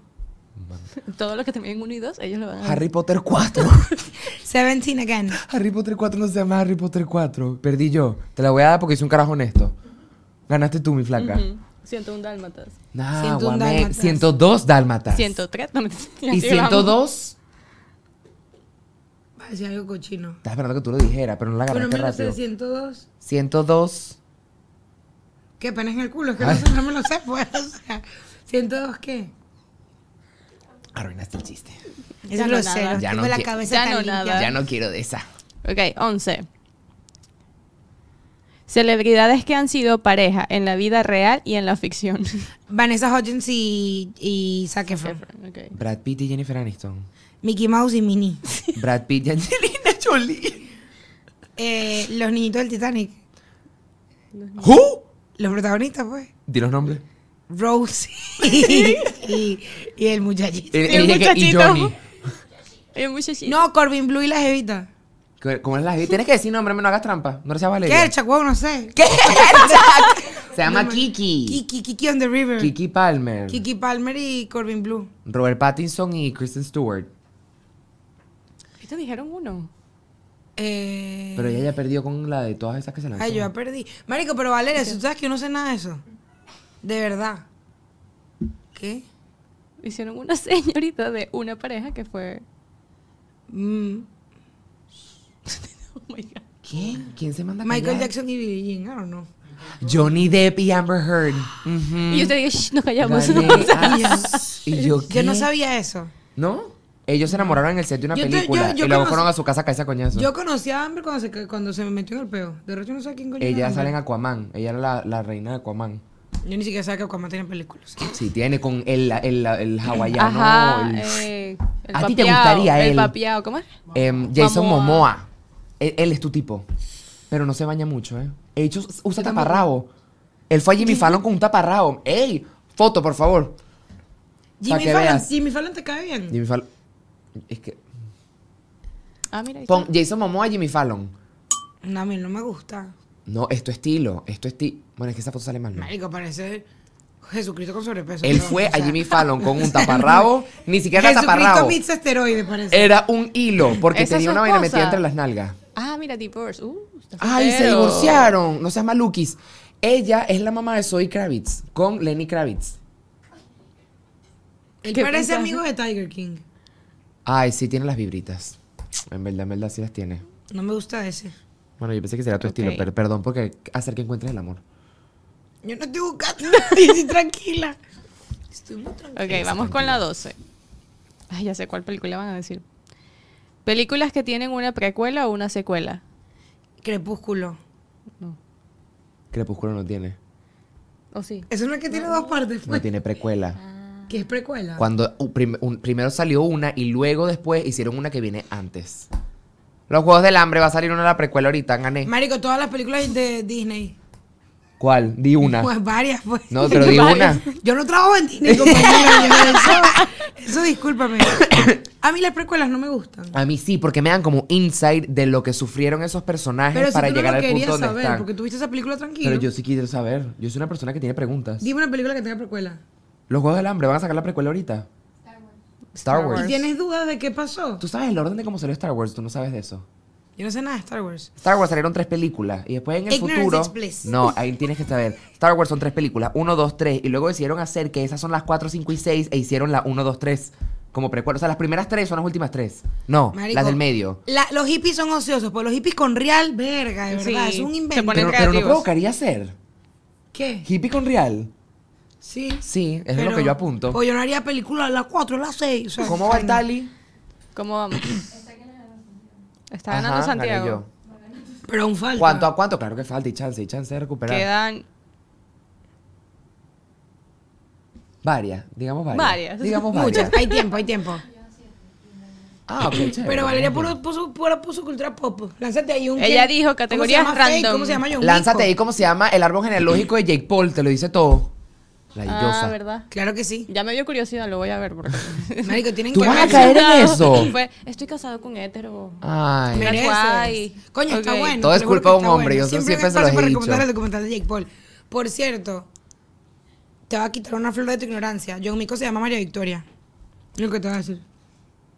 Todo lo que terminen en 1 y 2, ellos lo van a ver.
Harry Potter 4.
17 Again.
Harry Potter 4 no se llama Harry Potter 4. Perdí yo. Te la voy a dar porque hice un carajo honesto. Ganaste tú, mi flaca.
Ujú. 101 dálmatas.
Nah,
101
guamé.
dálmatas.
102 dálmatas.
103. No, mentira.
Y
Así vamos.
102.
Va a decir algo cochino.
Estaba esperando que tú lo dijeras, pero no la
Bueno,
ganaste
menos de
rápido.
102.
102.
Qué pena en el culo. Es que no, sé, no me lo sé, pues. O sea, 102, ¿qué?
Arruinaste el chiste.
Es
Ya no
grosero.
nada.
Ya
Tengo
no
la
qui-
cabeza
ya
tan
no
limpia.
nada.
Ya no quiero de esa.
Ok, 11. Celebridades que han sido pareja en la vida real y en la ficción.
Vanessa Hudgens y, y Zac Efron.
ok.
Brad Pitt y Jennifer Aniston.
Mickey Mouse y Minnie.
Brad Pitt y Angelina Jolie.
Eh, los niñitos del Titanic.
¿Who?
Los protagonistas, pues.
Di los nombres.
Rose y, y- y el muchachito.
El,
Y
el- el-
el
Eh, y
muchachito.
Johnny.
Hay
eh,
un muchachito.
No, Corbin Blue y la Jevita.
¿Cómo- ¿Cómo es la vida? Tienes que decir nombre, no hagas trampa. No seas Valeria.
Kerchak, wow, no sé.
Se llama Kiki.
Kiki, Kiki on the River. Kiki.
Kiki Palmer.
Palmer y Corbin Blue.
Robert Pattinson y Kristen Stewart.
Ahorita dijeron uno.
Eh,
Pero ella ya perdió con la de todas esas que se lanzó.
Ay, yo ya perdí. Marico, pero Valeria, si tú sabes que yo no sé nada de eso. De verdad. ¿Qué?
Hicieron una señorita de una pareja que fue.
Mm,
Oh my God.
¿Quién? ¿Quién se manda a
Michael
callar?
Jackson y Billie Jean, I don't know.
Johnny Depp y Amber Heard.
Y yo te dije, "Shh, nos callamos.
Gané.
Y yo-
ah, ¿Y yo
Yo
qué?
no sabía eso.
¿No? Ellos se enamoraron en el set de una
Yo te-
película
yo- yo
y luego
conocí-
fueron a su casa a caerse a coñazo.
Yo conocí a Amber cuando se, ca- cuando se me metió en el peo. De resto yo no sé quién coño.
Ella
era
sale en
Amber.
Aquaman. Ella era la, la reina de Aquaman.
Yo ni siquiera sabía que Aquaman tenía películas.
Sí, tiene con el, el, el hawaiano.
Ajá.
el-
eh, el
A ti te
papiao,
gustaría
El
él.
papiao, ¿cómo es?
Em, Jason
Momoa.
Momoa. E, Él, él es tu tipo. Pero no se baña mucho, ¿eh? Ellos usa taparrabo. Él fue a Jimmy Fallon con un taparrabo. ¡Ey! Foto, por favor.
Jimmy
que
Fallon,
veas.
Jimmy Fallon te cae bien.
Jimmy Fallon. Es que.
Ah, mira. ahí
Pon
está.
Jason Momoa, Jimmy Fallon.
No, a mí no me gusta.
No, es tu estilo. Es tu estilo. Bueno, es que esa foto sale mal. ¿no?
Marico, parece Jesucristo con sobrepeso.
Él
pero,
fue
o sea,
a Jimmy Fallon con un taparrabo. Ni siquiera era
Jesucristo
taparrabo. Eh,
pizza esteroide, parece.
Era un hilo, porque
¿Esa es
tenía
su
una vaina metida
esposa?
entre las nalgas.
Ah, mira, divorce. Uh, está
Ay, se
soltero.
divorciaron. No seas maluquis. Ella es la mamá de Zoe Kravitz, con Lenny Kravitz.
Él
¿Qué
parece
pizza?
amigo de Tiger King.
Ay, sí, tiene las vibritas. En verdad, en verdad, sí las tiene.
No me gusta ese.
Bueno, yo pensé que sería tu
Ok.
estilo, pero perdón, porque hacer que encuentres el amor.
Yo no estoy buscando. Estoy tranquila. Estoy muy tranquila.
Ok, vamos con la 12. Ay, ya sé cuál película van a decir. Películas que tienen una precuela o una secuela.
Crepúsculo.
Crepúsculo no tiene.
¿O sí?
Eso no es que tiene dos partes.
No
pues.
tiene precuela.
Que es precuela.
Cuando u- prim- un- primero salió una y luego después hicieron una que viene antes. Los Juegos del Hambre va a salir una de la precuela ahorita, gané.
Marico, todas las películas de Disney.
¿Cuál? Di una.
Pues varias, pues.
No, pero di una.
Yo no trabajo en Disney, compañera. yo- eso, eso discúlpame. A mí las precuelas no me gustan.
A mí sí, porque me dan como insight de lo que sufrieron esos personajes
Pero si
para
tú
llegar
no lo
al punto
querías
donde
saber,
están.
porque tuviste esa película tranquila.
Pero yo sí quiero saber. Yo soy una persona que tiene preguntas.
Dime una película que tenga precuela.
Los Juegos del Hambre van a sacar la precuela ahorita. Star Wars.
¿Y tienes dudas de qué pasó?
Tú sabes el orden de cómo salió Star Wars, tú no sabes de eso.
Yo no sé nada de Star Wars.
Star Wars salieron tres películas y después en el
Ignorance
futuro.
is bliss.
No, ahí tienes que saber. Star Wars son tres películas, uno, dos, tres, y luego decidieron hacer que esas son las cuatro, cinco y seis e hicieron la uno, dos, tres como precuela. O sea, las primeras tres son las últimas tres. No,
Marico,
las del medio.
la- los hippies son ociosos, pues los hippies con real, verga, de
Sí,
verdad. Es un
se
invento.
ponen
Pero, pero no
creativos.
provocaría ser
¿Qué?
hippie con real.
Sí.
Sí, es
pero-
lo que yo apunto.
Pues yo no haría película a las 4, a las 6.
¿Cómo va el Tali?
¿Cómo vamos? Está
Ajá,
ganando
gané
Santiago.
yo.
Pero aún falta.
¿Cuánto a cuánto? Claro que falta y chance, y chance de recuperar.
Quedan.
Varias, digamos varias.
Varias.
Digamos varias.
Muchas. Hay tiempo, hay tiempo.
Ah, ok, chévere.
Pero Valeria puro, puso, puro puso cultura pop. Lánzate ahí un.
Ella
¿quién?
dijo
¿Cómo se
categorías
llama Faye?
random.
¿Cómo se llama John
Lánzate ahí
Wick?
cómo se llama el árbol genealógico de Jake Paul, te lo dice todo. La
Ah,
idiosa.
¿verdad?
Claro que sí.
Ya me dio curiosidad, lo voy a ver. Porque...
Marico, tienen
Tú
que
vas a
ver.
caer en eso.
Fue, estoy casado con hétero.
Ay.
Mira.
Mereces.
Guay.
Coño, está
Ok.
bueno.
Todo
te
es
lo juro
culpa
que
de un
está
hombre, yo siempre
hay
se los
espacio
he
para
dicho.
recomendar el documental de Jake Paul. Por cierto, te va a quitar una flor de tu ignorancia. John Mico se llama María Victoria. Lo que te va a decir.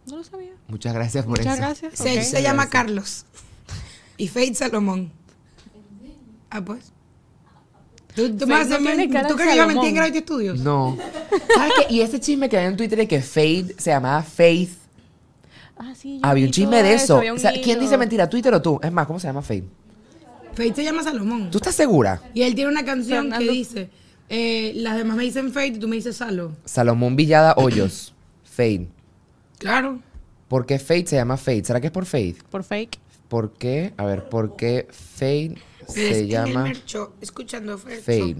No lo sabía.
Muchas gracias por
Muchas
eso.
gracias.
Se,
ok.
se llama Carlos. Y Faith Salomón. Ah, pues. ¿Tú, tú,
Faith
me vas a
no
hacer
tiene
men-
cara
¿tú
de
crees que yo mentí
Salomón.
en Gravity Studios?
No. ¿Sabes qué? Y ese chisme que había en Twitter de que Faith se llamaba Faith.
Ah, sí. yo
Había un
vi
chisme
todo
de eso.
había un
O sea, ¿Quién
hilo.
dice mentira? ¿Twitter o tú? Es más, ¿cómo se llama Faith?
Faith se llama Salomón.
¿Tú estás segura?
Y él tiene una canción
Fernando.
que dice: eh, Las demás me dicen Faith y tú me dices Salo.
Salomón Villada Hoyos. Faith.
Claro.
¿Por qué Faith se llama Faith? ¿Será que es por Faith?
Por fake.
¿Por qué? A ver, ¿por qué Fade se llama
escuchando Fercho.
Fade?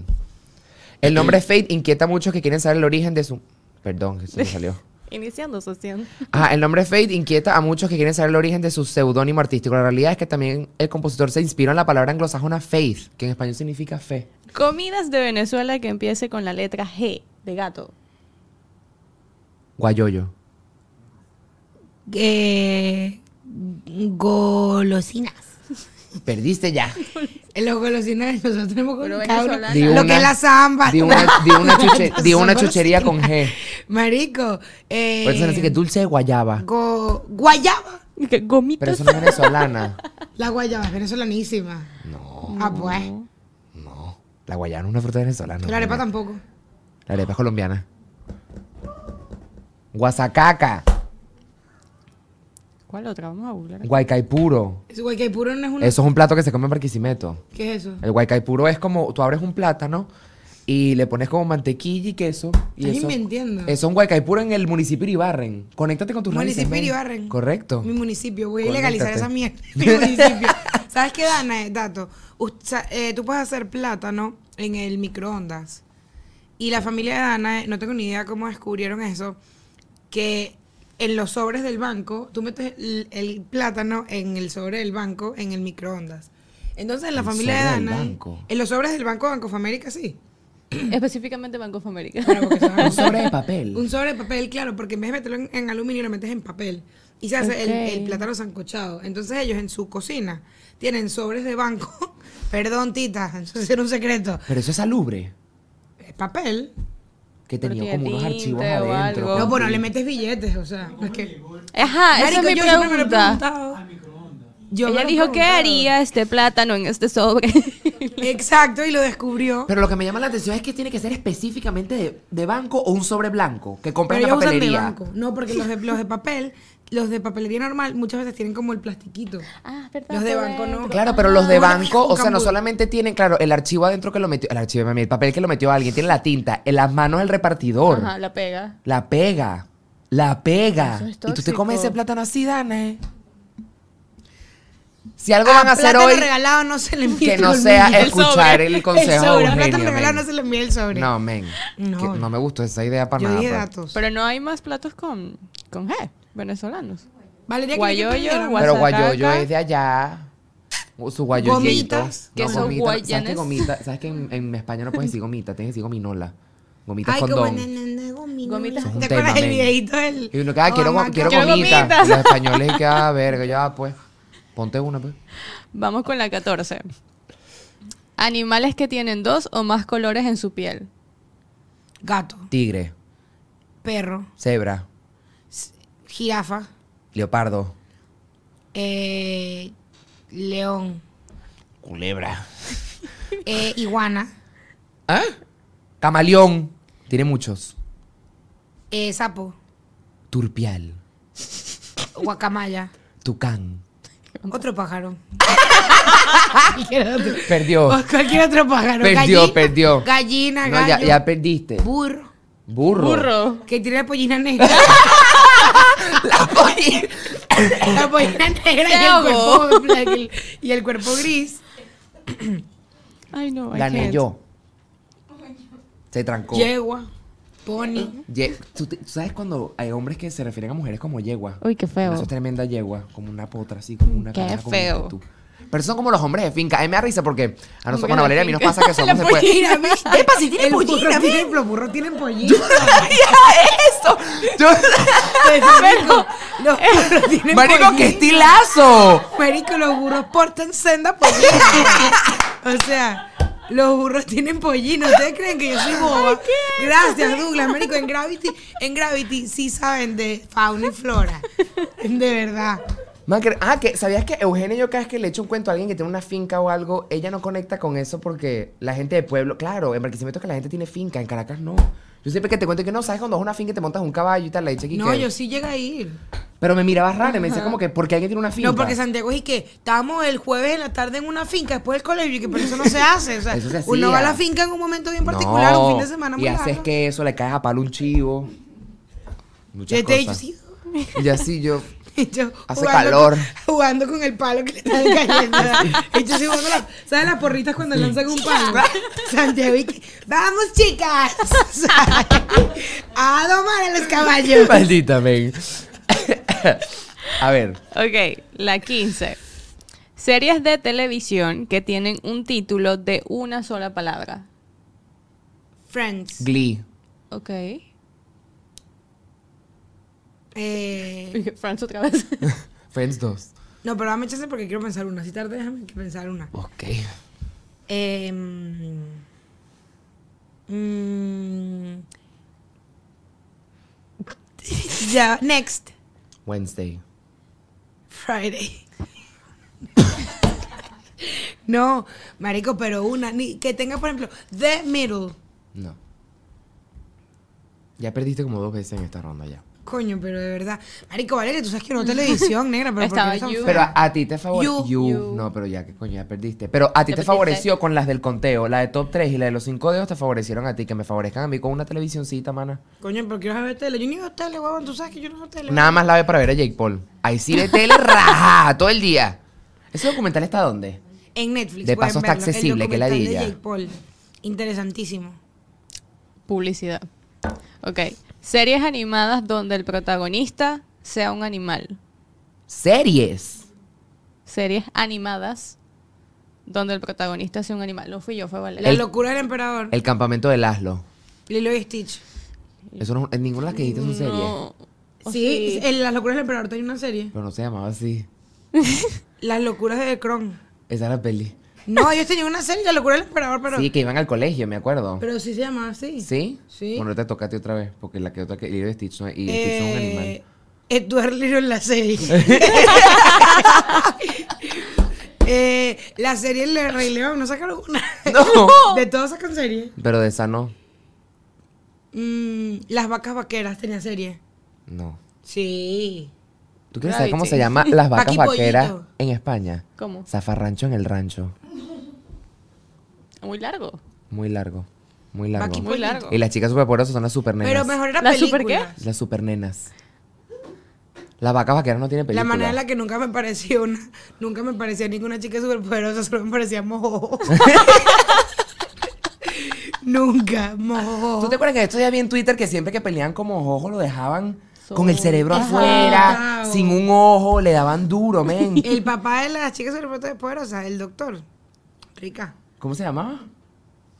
El nombre Fade inquieta a muchos que quieren saber el origen de su... Perdón, que se me salió.
Iniciando sesión.
Ajá, el nombre Fate inquieta a muchos que quieren saber el origen de su seudónimo artístico. La realidad es que también el compositor se inspiró en la palabra anglosajona faith, que en español significa fe.
Comidas de Venezuela que empiece con la letra G de gato.
Guayoyo.
Eh, golosinas.
Perdiste ya.
Eh, Los golosinas nosotros tenemos con
Pero
cabro.
venezolana.
Di
Lo
una-
que es la zamba.
Di una, di una chuche- di
Son
una chuchería con G.
Marico. Eh,
Por eso se dice que dulce de guayaba.
go- guayaba.
Que
Pero
Gomitas.
eso no es venezolana.
La guayaba es venezolanísima.
No,
Ah, pues.
no. La guayaba no es una fruta venezolana.
la arepa
coño.
tampoco.
La arepa es colombiana. Guasacaca,
¿Cuál otra? Vamos a googlear.
guaycaipuro.
Es Guaycaipuro no es una.
Eso es un plato que se come en Barquisimeto.
¿Qué es eso?
El guaycaipuro es como, tú abres un plátano y le pones como mantequilla y queso. Y
Estás
eso,
inventando.
eso es un guaycaipuro en el municipio de Ibarren. Conéctate con tus raíces.
Municipio
men.
Iribarren.
Correcto.
Mi municipio, voy a
Conéctate.
ilegalizar esa mierda. Mi municipio. ¿Sabes qué, Dana? Eh, Dato. Us- sa- eh, tú puedes hacer plátano en el microondas. Y la familia de Dana, eh, no tengo ni idea cómo descubrieron eso, que en los sobres del banco, tú metes el, el plátano en el sobre del banco en el microondas. Entonces, en la
El
familia de
sobre del
Dana, eh,
banco.
en los sobres del Banco Banco of America, sí.
Específicamente Banco of America.
Bueno, porque son-
Un sobre de papel.
Un sobre de papel, claro, porque en vez de meterlo en, en aluminio, lo metes en papel. Y se hace el- el,
Ok.
plátano sancochado. Entonces ellos en su cocina tienen sobres de banco. Perdón, tita, eso era un secreto.
Pero eso es salubre.
Es papel.
Que tenía
tiene
como unos
tinte
archivos
o
adentro.
algo.
No, bueno, le metes billetes, o sea, no es que...
Ajá,
Marico,
esa es mi
yo siempre me lo he
pregunta.
preguntado.
Ah, al microondas.
Yo me
Ella
lo he
dijo, ¿qué
preguntado".
haría este plátano en este sobre?
Exacto, y lo descubrió.
Pero lo que me llama la atención es que tiene que ser específicamente de, de banco o un sobre blanco que compras
Pero
en
ellos
la
usan de
papelería.
banco. No, porque los de, los de papel, los de papelería normal, muchas veces tienen como el plastiquito.
ah,
Los de banco no.
Claro, pero los de
Ah,
banco,
un
o sea, no
cambur.
solamente tienen, claro, el archivo adentro que lo metió, el archivo, mami, el papel que lo metió alguien, tiene la tinta, en las manos el repartidor,
Ajá, la pega.
la pega, la pega.
Eso es
y tú te
tóxico.
comes ese plátano así, Dane. Si algo van a hacer
Ah, plátano
hoy,
regalado no se le envía
que
el
no
colmillo.
sea
El
escuchar el, consejo
sobre,
de
el plátano
Eugenio.
regalado
men.
no se le envía el sobre.
No, men.
No.
que No me gustó esa idea para
Yo
nada.
dije
pues.
datos.
Pero no hay más platos con, con G, venezolanos.
Valeria, ¿qué
Guayoyo,
me quieres
guay-
pedir?
Pero
Guasacaca.
guayoyo es de allá. Su guayoyito.
Gomitas.
No, gomita.
Que son
¿Sabes qué
guayanes.
gomita? ¿Sabes que en, en España no puedes decir gomita? Tienes que decir gominola. Gomitas
Ay,
con
como
don.
na, na, na, gominola.
Gomitas.
Eso es un
¿Te acuerdas
tema,
del
men.
videito del...
Y uno que, ah, quiero,
Obama
go- quiero
que-
Quiero
gomita.
gomita.
Y los españoles que, ah, verga, ya, pues. Ponte una, pues.
Vamos con la 14. Animales que tienen dos o más colores en su piel.
Gato,
Tigre,
perro,
cebra,
jirafa,
leopardo,
eh, león,
culebra.
eh, iguana,
¿Ah? Camaleón. Tiene muchos.
eh, sapo,
Turpial,
guacamaya,
tucán.
otro pájaro.
Perdió.
O cualquier otro pájaro.
Perdió,
gallina,
perdió.
Gallina,
No,
gallo,
ya, ya perdiste.
burro,
Burro.
que tiene la pollina negra. la pollina negra y el,
ahogo.
cuerpo, bla- el- y el cuerpo gris.
Ay, no. I
Gané
can't.
yo. Se trancó.
Yegua, pony.
Ye- ¿tú, te- tú sabes cuando hay hombres que se refieren a mujeres como yegua?
Uy, qué feo.
Eso es tremenda yegua, como una potra, así, como una
Qué
caraja con
feo.
actitud. Pero son como los hombres de finca. A mí me da risa porque a nosotros,
Hombres
bueno,
de
a Valeria, a mí nos
finca.
pasa que somos
La
después.
pollina.
Mira, ¿viste?
Epa, sí tiene
el
pollina,
burro
ven.
tiene, Los burros tienen pollina.
¡Eso! Yo-
Te explico, los burros tienen
¡Marico, qué
pollina.
estilazo!
Marico, los burros portan senda pollina. o sea, los burros tienen pollina. ¿Ustedes creen que yo soy boba? Gracias, Douglas. Marico, en Gravity, en Gravity sí saben de fauna y flora. De verdad.
Man, que- ah, que ¿sabías que Eugenia yo cada vez que le echo un cuento a alguien que tiene una finca o algo, ella no conecta con eso porque la gente de pueblo, claro, en Barquisimeto es que la gente tiene finca, en Caracas no. Yo siempre que te cuento que no, sabes cuando vas a una finca y te montas un caballo y tal, la dicha aquí
No,
que-
yo sí llegué a ir.
Pero me mirabas raro y me decía como que porque alguien tiene una finca.
No, porque Santiago es y que estábamos el jueves en la tarde en una finca después del colegio y que por eso no se hace. O sea,
Eso se
uno va a
hacía.
la finca en un momento bien particular, un fin de semana muy
Y haces
largo.
que eso, le caes a palo un chivo. Muchas
Yo te he dicho,
cosas.
sí.
Y así yo.
Y yo
Hace
jugando
calor.
con- jugando con el palo que le están cayendo. y yo sí jugando la- ¿Sabes las porritas cuando lanzan un palo? Santiago y que, ¡Vamos, chicas! ¡A domar a los caballos!
Maldita, men. A ver.
Ok, la 15. Series de televisión que tienen un título de una sola palabra.
Friends.
Glee.
Ok.
Eh,
Franz otra vez.
Friends 2.
no, pero dame chance porque quiero pensar una. Si tarde, déjame que pensar una.
Ok.
Eh, mm, mm. ya, next.
Wednesday.
Friday. no, marico, pero una. Ni, que tenga, por ejemplo, The Middle.
No. Ya perdiste como dos veces en esta ronda ya.
Coño, pero de verdad. Marico, vale que tú sabes que no televisión, negra, pero ¿por qué
Estaba
eres tan
you.
fea?
Pero a, a ti te favoreció.
You.
You.
No, pero ya, que coño, ya perdiste. Pero a ti
Ya
te
perdiste.
favoreció con las del conteo. La de top 3 y la de los 5 dedos te favorecieron a ti. Que me favorezcan a mí con una televisioncita, mana.
Coño, pero quiero ver tele. Yo ni veo tele, huevón. Tú sabes que yo no veo tele.
Nada más la ve para ver a Jake Paul. Ahí sí de tele raja todo el día. ¿Ese documental está dónde?
En Netflix.
De
pueden
paso está
verlo, el
accesible, que la
documental de
dilla.
Jake Paul. Interesantísimo.
Publicidad. Ok. Series animadas donde el protagonista sea un animal.
Series.
Series animadas donde el protagonista sea un animal. No fui yo, fue Valeria.
La
El-
locura del emperador.
El campamento de Laszlo.
Lilo y Stitch.
Eso no, en ninguna de las que dijiste es una serie.
No.
Sí, en Las locuras del emperador hay una serie.
Pero no se llamaba así.
Las locuras de Kron.
Esa era la peli.
No, ellos tenían una serie, Las locuras del emperador, pero.
Sí, que iban al colegio, me acuerdo.
Pero sí se llamaba así.
¿Sí?
Sí.
Bueno, te toca a ti otra vez, porque la que otra que Lilo y Stitch no- y Stitch son un
Eh,
animal.
Edward Little en la serie. eh, la serie El Rey León, ¿no sacaron una?
No.
De todos sacan serie.
Pero de esa no.
Mm, las vacas vaqueras tenía serie.
No.
Sí.
¿Tú quieres saber cómo se
Gravity.
llama las vacas
Paqui Pollito.
vaqueras en España?
¿Cómo?
Zafarrancho en el rancho.
Muy largo.
Muy largo. Muy
Paqui
largo.
Muy
Pollito.
largo.
Y las chicas superpoderosas son las supernenas.
Pero mejor era
¿La
película.
super qué?
Las supernenas. Las vacas vaqueras no tienen película.
La manera en la que nunca me pareció una, nunca me parecía ninguna chica superpoderosa, solo me parecía mojo. nunca, mojo.
¿Tú te acuerdas que esto ya vi en Twitter que siempre que peleaban como ojo lo dejaban
So-
con el cerebro
Ajá.
afuera,
Wow.
sin un ojo, le daban duro, men?
El papá de las chicas superpoderosas, el doctor. Rica.
¿Cómo se llamaba?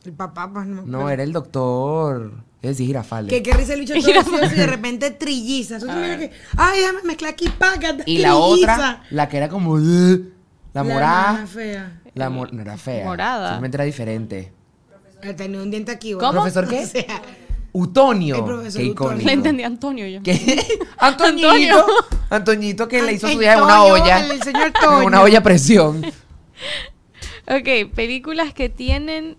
El papá, pues no me
No,
acuerdo.
era el doctor. Es decir, Girafales.
Que qué risa el bicho todo ansioso y de repente trilliza. Tú te miras que, ay, déjame mezclar aquí, paca,
Y la otra, la que era como. "Ugh", La morada.
fea.
La mor- no era fea.
Morada.
Simplemente era diferente.
Eh, Tenía un diente aquí,
¿Cómo?
¿Profesor qué?
O sea,
Utonio.
El profesor
Qué
Utonio.
Le
icónico.
entendí a Antonio yo.
¿Qué? Antoñito.
Antonio.
Antoñito que le hizo su
el
día en una
Toño,
olla.
El señor
En
Toño.
una olla a presión.
Ok, películas que tienen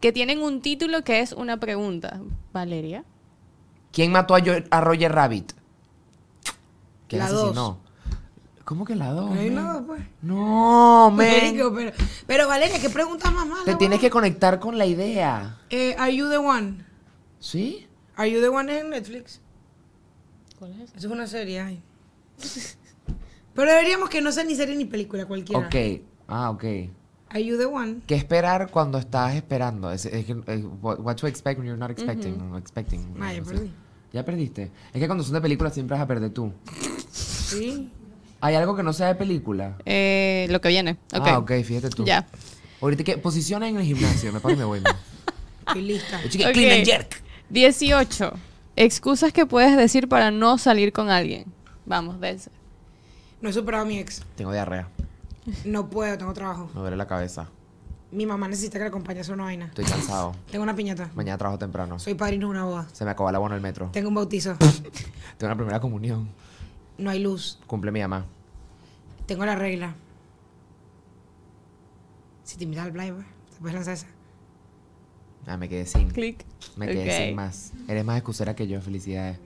que tienen un título que es una pregunta. Valeria.
¿Quién mató a, Yo- a Roger Rabbit? ¿Quién
La
asesinó? ¿Cómo que la dos?
Ay,
men?
no, pues.
No, men.
Marico, pero, pero Valeria, ¿qué preguntas más malas?
Te tienes que conectar con la idea.
Eh, Are You The One.
¿Sí?
Are You The One es en Netflix. Eso es una serie, ay. Pero deberíamos que no sea ni serie ni película cualquiera.
Ok. Ah, ok.
Are You The One.
¿Qué esperar cuando estás esperando? Es, es que, eh, what, what to expect when you're not expecting. no expecting
Ay,
no sé.
perdí.
Ya perdiste. Es que cuando son de película siempre vas a perder tú.
Sí.
¿Hay algo que no sea de película?
Eh, lo que viene. Ok.
Ah, ok, fíjate tú.
Ya.
Ahorita que posiciona en el gimnasio, me paro y me voy. ¿no?
Estoy lista.
Chiqui,
Ok.
Clean and jerk.
18. Excusas que puedes decir para no salir con alguien. Vamos, de ese.
No he superado a mi ex.
Tengo diarrea.
No puedo, tengo trabajo.
Me duele la cabeza.
Mi mamá necesita que la acompañe a hacer una vaina.
Estoy cansado.
Tengo una piñata.
Mañana trabajo temprano.
Soy padrino de una boda.
Se me acabó el abono del metro.
Tengo un bautizo.
Tengo una primera comunión.
No hay luz.
Cumple mi mamá.
Tengo la regla. Si te invitas al play, pues, te puedes lanzar esa.
Ah, me quedé sin.
Clic.
Me quedé
Ok.
sin más. Eres más excusera que yo. Felicidades.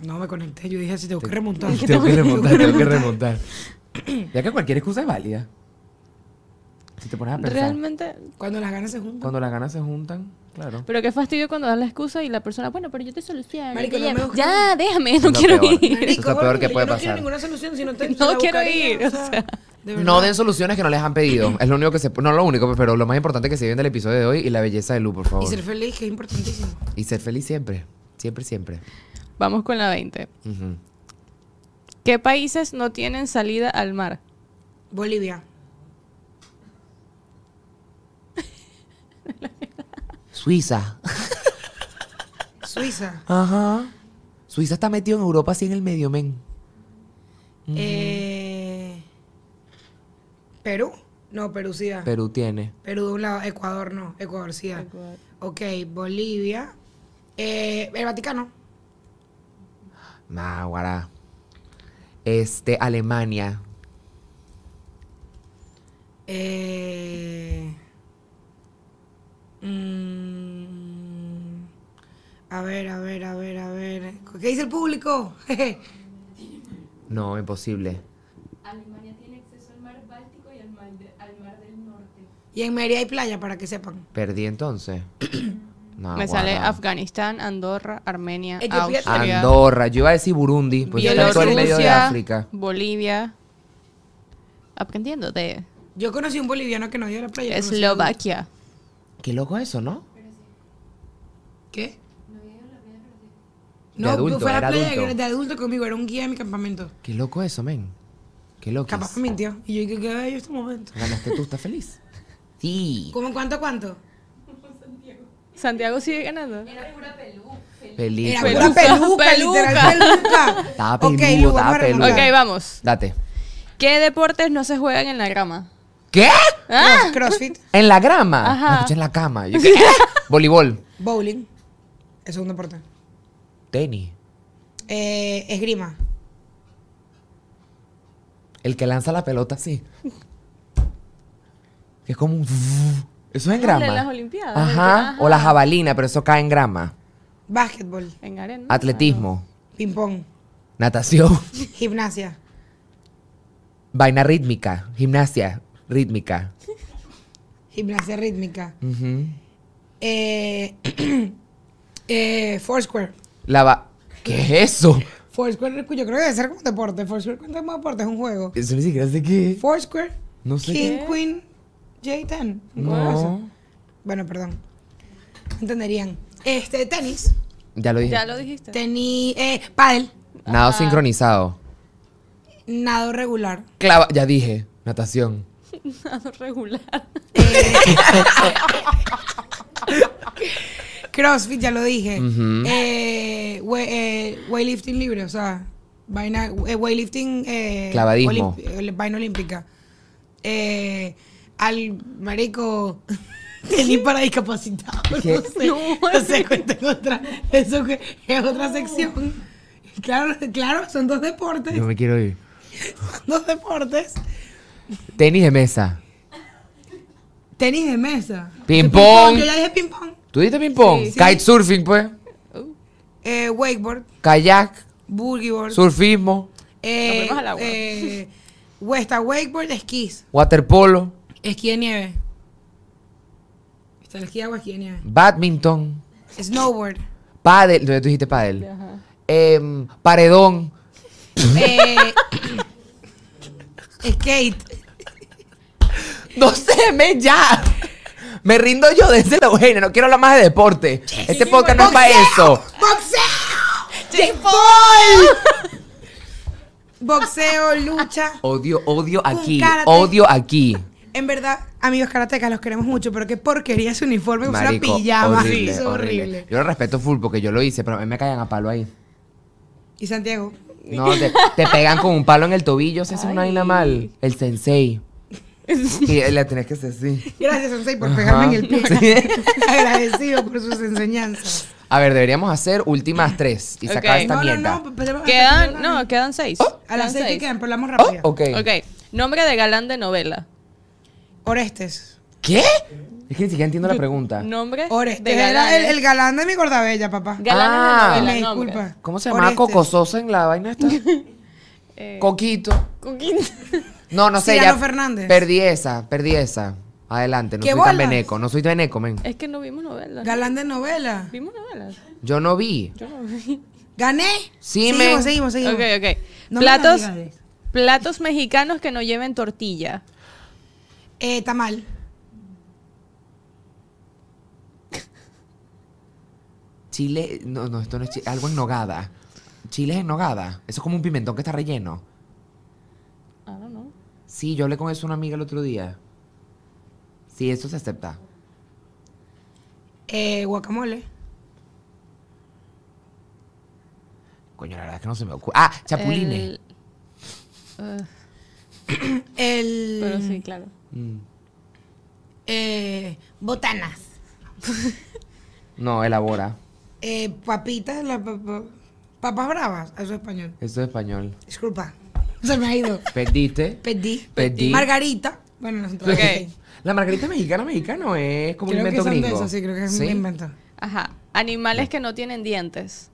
No me conecté. Yo dije, si tengo que remontar.
Tengo que remontar, tengo que remontar. Ya que cualquier excusa es válida. Si te pones a pensar.
Realmente.
Cuando las ganas se juntan.
Cuando las ganas se juntan. Claro.
Pero qué fastidio cuando dan la excusa y la persona, bueno, pero yo te soluciono.
Marico,
y
no
tú ya,
me busques.
ya, déjame,
Es
no
lo
quiero
peor.
ir.
Eso es lo peor que
yo
puede
no quiero
pasar.
ninguna solución si no te
No
se la
quiero
buscaría,
ir, o sea.
de
No
verdad.
den soluciones que no les han pedido. Es lo único que se. No lo único, pero lo más importante que se vio del episodio de hoy y la belleza de Lu, por favor.
Y ser feliz, que es importantísimo.
Y ser feliz siempre. Siempre, siempre.
Vamos con la 20.
Ujú.
¿Qué países no tienen salida al mar?
Bolivia.
Suiza.
Suiza.
Ajá. Suiza está metido en Europa así en el medio, men.
Eh, Perú. No, Perú sí da.
Perú tiene.
Perú de un lado. Ecuador no. Ecuador sí da. Ok, Bolivia. Eh, el Vaticano.
Nah, guará. Este, Alemania.
Eh, mm, a ver, a ver, a ver, a ver. ¿Qué dice el público? Jeje.
No, imposible.
Alemania tiene acceso al mar Báltico y al mar, de- al mar del Norte.
y en Mérida hay playa, para que sepan.
Perdí entonces. Nah,
Me sale
guará.
Afganistán, Andorra, Armenia,
Etiopía,
Austria,
Andorra. Yo iba a decir Burundi, pues está en todo el medio de
Bielorrusia,
África.
Bolivia. Aprendiendo de
Yo conocí un boliviano que no dio la playa. conocí un-
Eslovaquia.
Qué loco eso, ¿no?
¿Qué?
De
No,
adulto,
fue a
era
la playa
adulto.
de adulto conmigo, era un guía de mi campamento.
Qué loco eso, men. Qué loco.
Capaz me mintió. Y yo dije, qué bello este momento.
Ganaste tú, estás feliz. Sí.
¿Cómo cuánto, cuánto?
Santiago sigue ganando.
Feliz.
Era
Peluca,
una peluca, literal peluca.
Estaba
Ok,
peluda,
Lu, vamos a
estaba
remontar.
Ok,
peluda.
vamos.
Date.
¿Qué deportes no se juegan en la grama?
¿Qué?
¡Ah!
Crossfit,
¿En la grama?
Ajá.
No, escuché en la cama. Yo, ¿qué? Voleibol.
bowling, eso es un deporte.
Tenis.
Eh, esgrima,
El que lanza la pelota, sí. Que es como un... Eso es en grama.
Las Olimpiadas.
Ajá.
Ajá.
O la jabalina, pero eso cae en grama.
básquetbol,
En arena.
Atletismo.
ping pong,
Natación.
gimnasia,
Vaina rítmica. Gimnasia rítmica.
gimnasia rítmica,
Ujú.
eh, eh, foursquare.
La va... ¿Qué es eso?
Foursquare, yo creo que debe ser como un deporte. Foursquare cuenta como deporte, es un juego.
Eso ni siquiera sé qué es.
Foursquare,
No sé
King,
qué.
Queen, J10. un juego de eso.
No.
Bueno, perdón. Entenderían. Este, tenis.
Ya lo dije.
Ah, Ya lo dijiste.
Tenis. Eh, pádel.
Nado sincronizado.
Nado regular.
Clava... Ya dije. Natación.
Nado regular.
Crossfit, ya lo dije.
Ujú.
eh, we- eh, weightlifting libre, o sea, vaina. eh, weightlifting. eh,
Clavadismo.
olimpi- eh, vaina olímpica. Eh, al marico. Tenis para discapacitados. No
¿Qué?
sé. No sé, cuenta en otra. Eso que- es otra sección. Claro, claro, son dos deportes.
Yo me quiero ir.
Dos deportes.
Tenis de mesa.
Tenis de mesa.
Ping pong.
Yo ya dije ping pong.
¿Tú diste ping pong?
Sí.
Kitesurfing, pues.
Eh, wakeboard,
Kayak.
boogie board.
Surfismo.
eh,
Nos vemos al agua.
eh, Westa wakeboard, esquís.
Waterpolo.
Esquí de nieve. Está el esquí de agua, esquí de nieve.
Badminton.
Snowboard.
Paddle. ¿Dónde tú dijiste paddle? Em, paredón.
eh, skate.
No sé, men, ya. Me rindo yo desde la Eugenia. No quiero hablar más de deporte. este podcast no es para eso.
Boxeo, lucha.
Odio, odio aquí.
karate.
Odio aquí.
En verdad, amigos karatecas, los queremos mucho, pero qué porquería ese uniforme, es una
Marico,
pijama.
horrible,
es
horrible. Yo lo respeto full porque yo lo hice, pero a mí me caían a palo ahí.
Y Santiago,
No, te, te pegan con un palo en el tobillo, se hace una vaina mal. El sensei. Y la tenés que hacer así.
gracias Sensei por
Ajá.
pegarme en el pie.
Sí.
Agradecido por sus enseñanzas.
A ver, deberíamos hacer últimas tres y sacar
Ok.
esta
No, no,
mierda.
no, pero-
Quedan, no, quedan seis.
A las
Quedan
seis que quedan, pero hablamos
Oh,
rápido.
ok.
Ok. Nombre de galán de novela.
Orestes.
¿Qué? Es que ni siquiera entiendo la pregunta.
Nombre
Orestes
de galán. ¿eh?
era el, el galán de mi gordabella, papá.
Galanes
Ah.
de novela,
Me
nombre.
disculpa.
¿Cómo se llamaba
Orestes.
Cocososa en la vaina esta?
Eh,
Coquito.
Coquín.
No, no sé.
Cirano
ya
Fernández.
Perdí esa, perdí esa. Adelante, no
¿Qué
soy tan
bolas?
veneco. No soy tan veneco, men.
Es que no vimos novelas.
Galán de novela.
¿Vimos novelas?
Yo no vi.
Yo no vi.
¿Gané?
Sí, men.
seguimos, seguimos, seguimos.
Ok, ok.
No me
platos,
las digas.
platos mexicanos que no lleven tortilla.
Eh, tamal.
Chile. No, no, esto no es chile. Algo en nogada. Chile es en nogada. Eso es como un pimentón que está relleno.
Ah, no.
Sí, yo hablé con eso a una amiga el otro día. Sí, eso se acepta.
Eh, guacamole.
Coño, la verdad es que no se me ocurre. Ah, chapulines.
El- Ah,
El.
pero sí, claro.
Mm.
eh,
Botanas.
No, elabora.
eh, papitas, la pa- pa- papas bravas. Eso es español.
Esto es español.
Disculpa. Se me ha ido.
Perdiste.
Pedí.
Pedí.
Margarita. Bueno, no es un trabajo.
Ok.
La margarita mexicana mexicano eh, es como
Creo
un
que
invento
son de
gringo.
esos, sí, creo que es
Sí.
un invento.
Ajá. Animales que no tienen dientes.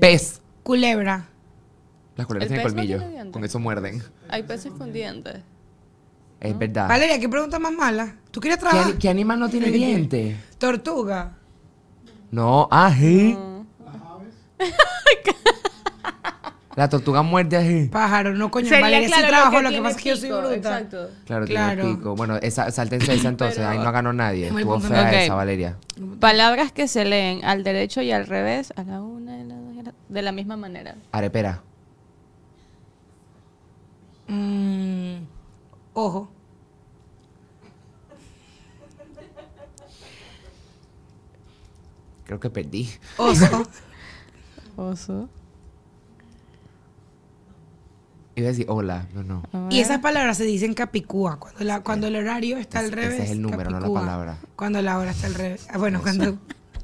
Pez.
Culebra.
Las culeras
El
tienen
pez no
colmillo.
tiene dientes.
Con eso muerden.
Hay peces con dientes.
Es verdad.
Valeria, ¿qué pregunta más mala? ¿Tú quieres
¿Qué,
trabajar?
ani- qué animal no tiene dientes?
Tortuga.
No, ají.
Las aves.
La tortuga muerde ají.
Pájaro, no coño. Valeria sí trabajo, lo, que pasa es que yo soy bruta.
Exacto.
Claro, tiene
Claro.
pico. Bueno, esa, sáltense esa entonces.
Pero-
Ahí no ganó nadie.
Muy
Estuvo
punto.
fea
Ok.
esa, Valeria.
Palabras que se leen al derecho y al revés, a la una, a la dos, y a la- de la misma manera.
Arepera.
Mm, ojo.
Creo que perdí.
Oso.
Oso.
Iba a decir hola. No, no.
y esas palabras se dicen capicúa. Cuando, la, cuando el horario está al
Ese-
revés.
ese es el número, no la
capicúa.
palabra.
Cuando la hora está al revés. Ah, Bueno, cuando.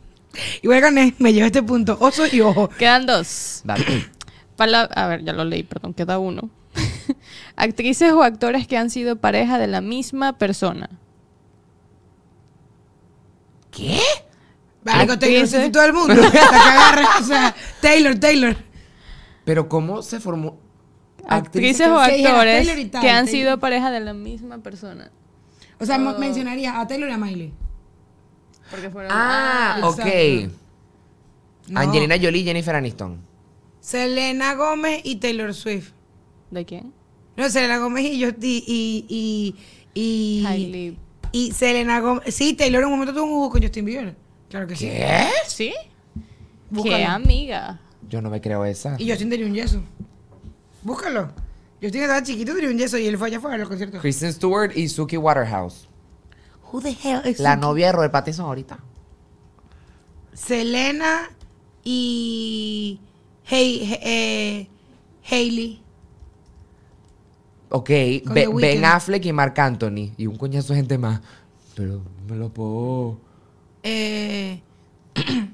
Igual gané, me llevo este punto. Oso y ojo.
Quedan dos.
Dale.
Pala- a ver, ya lo leí, perdón, queda uno. Actrices o actores que han sido pareja de la misma persona.
¿Qué?
Vale, Taylor
Actrices.
Swift y todo el mundo. La que agarre, o sea, Taylor, Taylor.
Pero ¿cómo se formó?
Actrices o
que se dijeran
actores
Taylor y tal,
que han
Taylor.
sido pareja de la misma persona.
O sea, mo- mencionaría a Taylor y a Miley.
Porque fueron.
Ah, ok.
Exacto. No.
Angelina Jolie y Jennifer Aniston.
Selena Gómez y Taylor Swift.
¿De quién?
No, Selena Gómez y yo. Y. y, y, y-
Hailey.
Y Selena Gómez. Sí, Taylor en un momento tuvo un jugo con Justin Bieber. Claro que sí.
¿Qué?
¿Sí? ¡Qué
Búscalo.
amiga!
Yo no me creo esa.
Y Justin tenía un yeso. Búscalo. Justin estaba chiquito, tenía un yeso y él fue allá afuera a los conciertos.
Kristen Stewart y Suki Waterhouse.
Who the hell is
La novia de Robert Pattinson ahorita.
Selena y. Hey, eh, Hailey.
Ok,
Con
Be-
The Weeknd.
Ben Affleck y Mark Anthony. Y un coñazo de gente más. Pero me lo puedo.
Eh,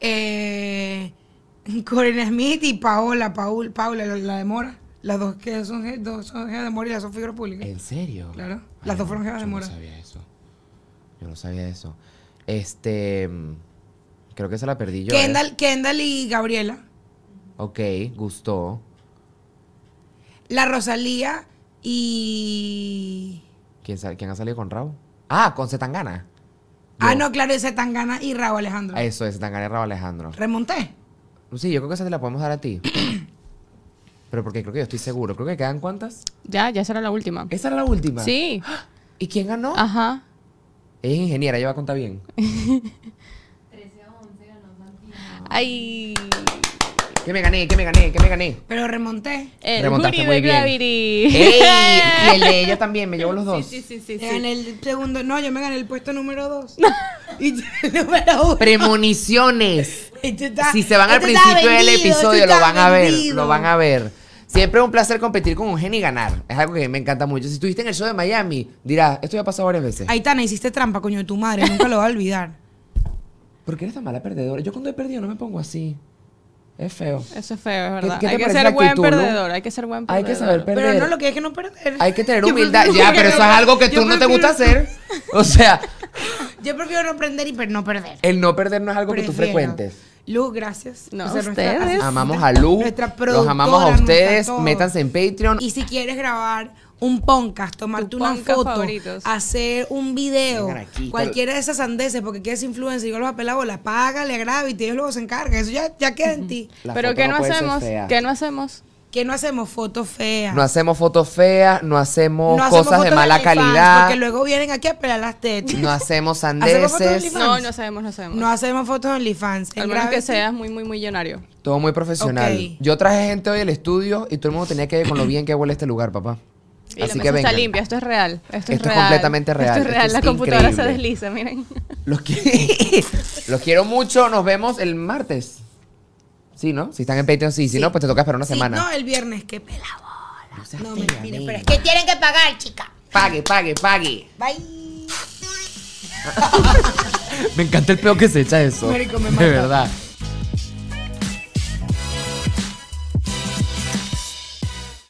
eh, Corinne Smith y Paola, Paul, Paula, la, la de Mora. Las dos que son, je- dos son jeas de Mora y las dos figuras públicas.
¿En serio?
Claro. Las dos fueron jevas de
yo
Mora.
No sabía eso. Yo no sabía eso. Este. mm, Creo que se la perdí yo. ¿eh?
Kendall, Kendall y Gabriela.
Ok, gustó.
La Rosalía y.
¿Quién, sal- quién ha salido con Raúl? Ah, con Zetangana.
Ah, no, claro, ese Tangana y Raúl Alejandro.
Eso es, Zetangana y Raúl Alejandro.
Remonté.
Sí, yo creo que esa te la podemos dar a ti. Pero porque creo que yo estoy seguro. Creo que quedan cuántas.
Ya, ya será la última.
Esa era la última.
Sí.
¿Y quién ganó?
Ah.
Ajá.
Es ingeniera, ella va a contar bien.
13 a 11 ganó Santi.
Ay.
Que me gané, que me gané, que me gané.
Pero remonté.
El
Remontaste
jury
muy
de
bien. ¿Eh?
Gravity.
¡Ey! Y el de ella también, me llevo los dos.
Sí, sí, sí.
Me
sí.
gané el segundo. No, yo me gané el puesto número dos. y el número uno.
Premoniciones.
Este está-
Si se van al
este está
principio del
vendido,
episodio,
este
lo
está
van a ver.
vendido.
Lo van a ver. Siempre es un placer competir con un genio y ganar. Es algo que me encanta mucho. Si estuviste en el show de Miami, dirás, esto ya ha pasado varias veces.
Aitana, hiciste trampa, coño, de tu madre. Nunca lo va a olvidar.
¿Por qué eres tan mala perdedora? Yo cuando he perdido no me pongo así. Es feo.
Eso es feo, es verdad.
qué te
hay que
parece
ser
la
buen
actitud, no?
perdedor, hay que ser buen
Hay
perdedor.
que saber perder.
Pero no, lo que hay que no perder.
Hay que tener
Yo
humildad.
prefiero-
Ya, pero eso es algo que
yo
tú no te gusta
prefiero-
hacer. O sea,
Yo prefiero no aprender y per- no perder.
el no perder no es algo que tú
Prefiero.
frecuentes.
Luz, gracias.
No,
por ser nuestra
ustedes.
asistente.
Amamos a Lu,
Nuestra
los amamos a
productora,
ustedes,
nuestra todo.
métanse en Patreon.
Y si quieres grabar un podcast, tomarte
Tu
una
podcast
foto,
favoritos.
hacer un video,
Vengan aquí,
cualquiera de esas sandeces, porque quieres influencer, yo los apelabo, la paga, le graba y ellos luego se encargan. Eso ya, ya queda en ti.
La
Pero
foto
¿qué no,
puede ser
hacemos?
fea.
¿Qué no hacemos?
Que no hacemos fotos feas.
No hacemos fotos feas, no hacemos
No hacemos
cosas de
fotos
mala
OnlyFans,
calidad,
Porque luego vienen aquí a pelar las tetas.
no hacemos
¿Hacemos fotos de
sandeces,
OnlyFans?
No, no sabemos, no sabemos.
No hacemos fotos en OnlyFans. En
Al menos que
Gravity,
seas muy, muy millonario.
todo muy profesional.
Ok.
Yo traje gente hoy al estudio y todo el mundo tenía que ver con lo bien que huele este lugar, papá.
Y
Así
la
que
mesa está
vengan.
limpia, esto es real. Esto,
Esto es
es real.
completamente real,
Esto
esto
es real,
es
la computadora se
increíble.
desliza, miren.
Los, qui- los quiero mucho, nos vemos el martes. Sí, ¿no? Si están en Patreon, sí. Si no, pues te toca esperar una
Sí,
semana.
No, el viernes, qué pelado.
No seas
No,
fea,
mira, mira,
nena.
espera, es
Que tienen que pagar, chica.
Pague, pague, pague.
Bye.
Me encanta el peo que se echa eso.
Marico, me
de
mata.
verdad.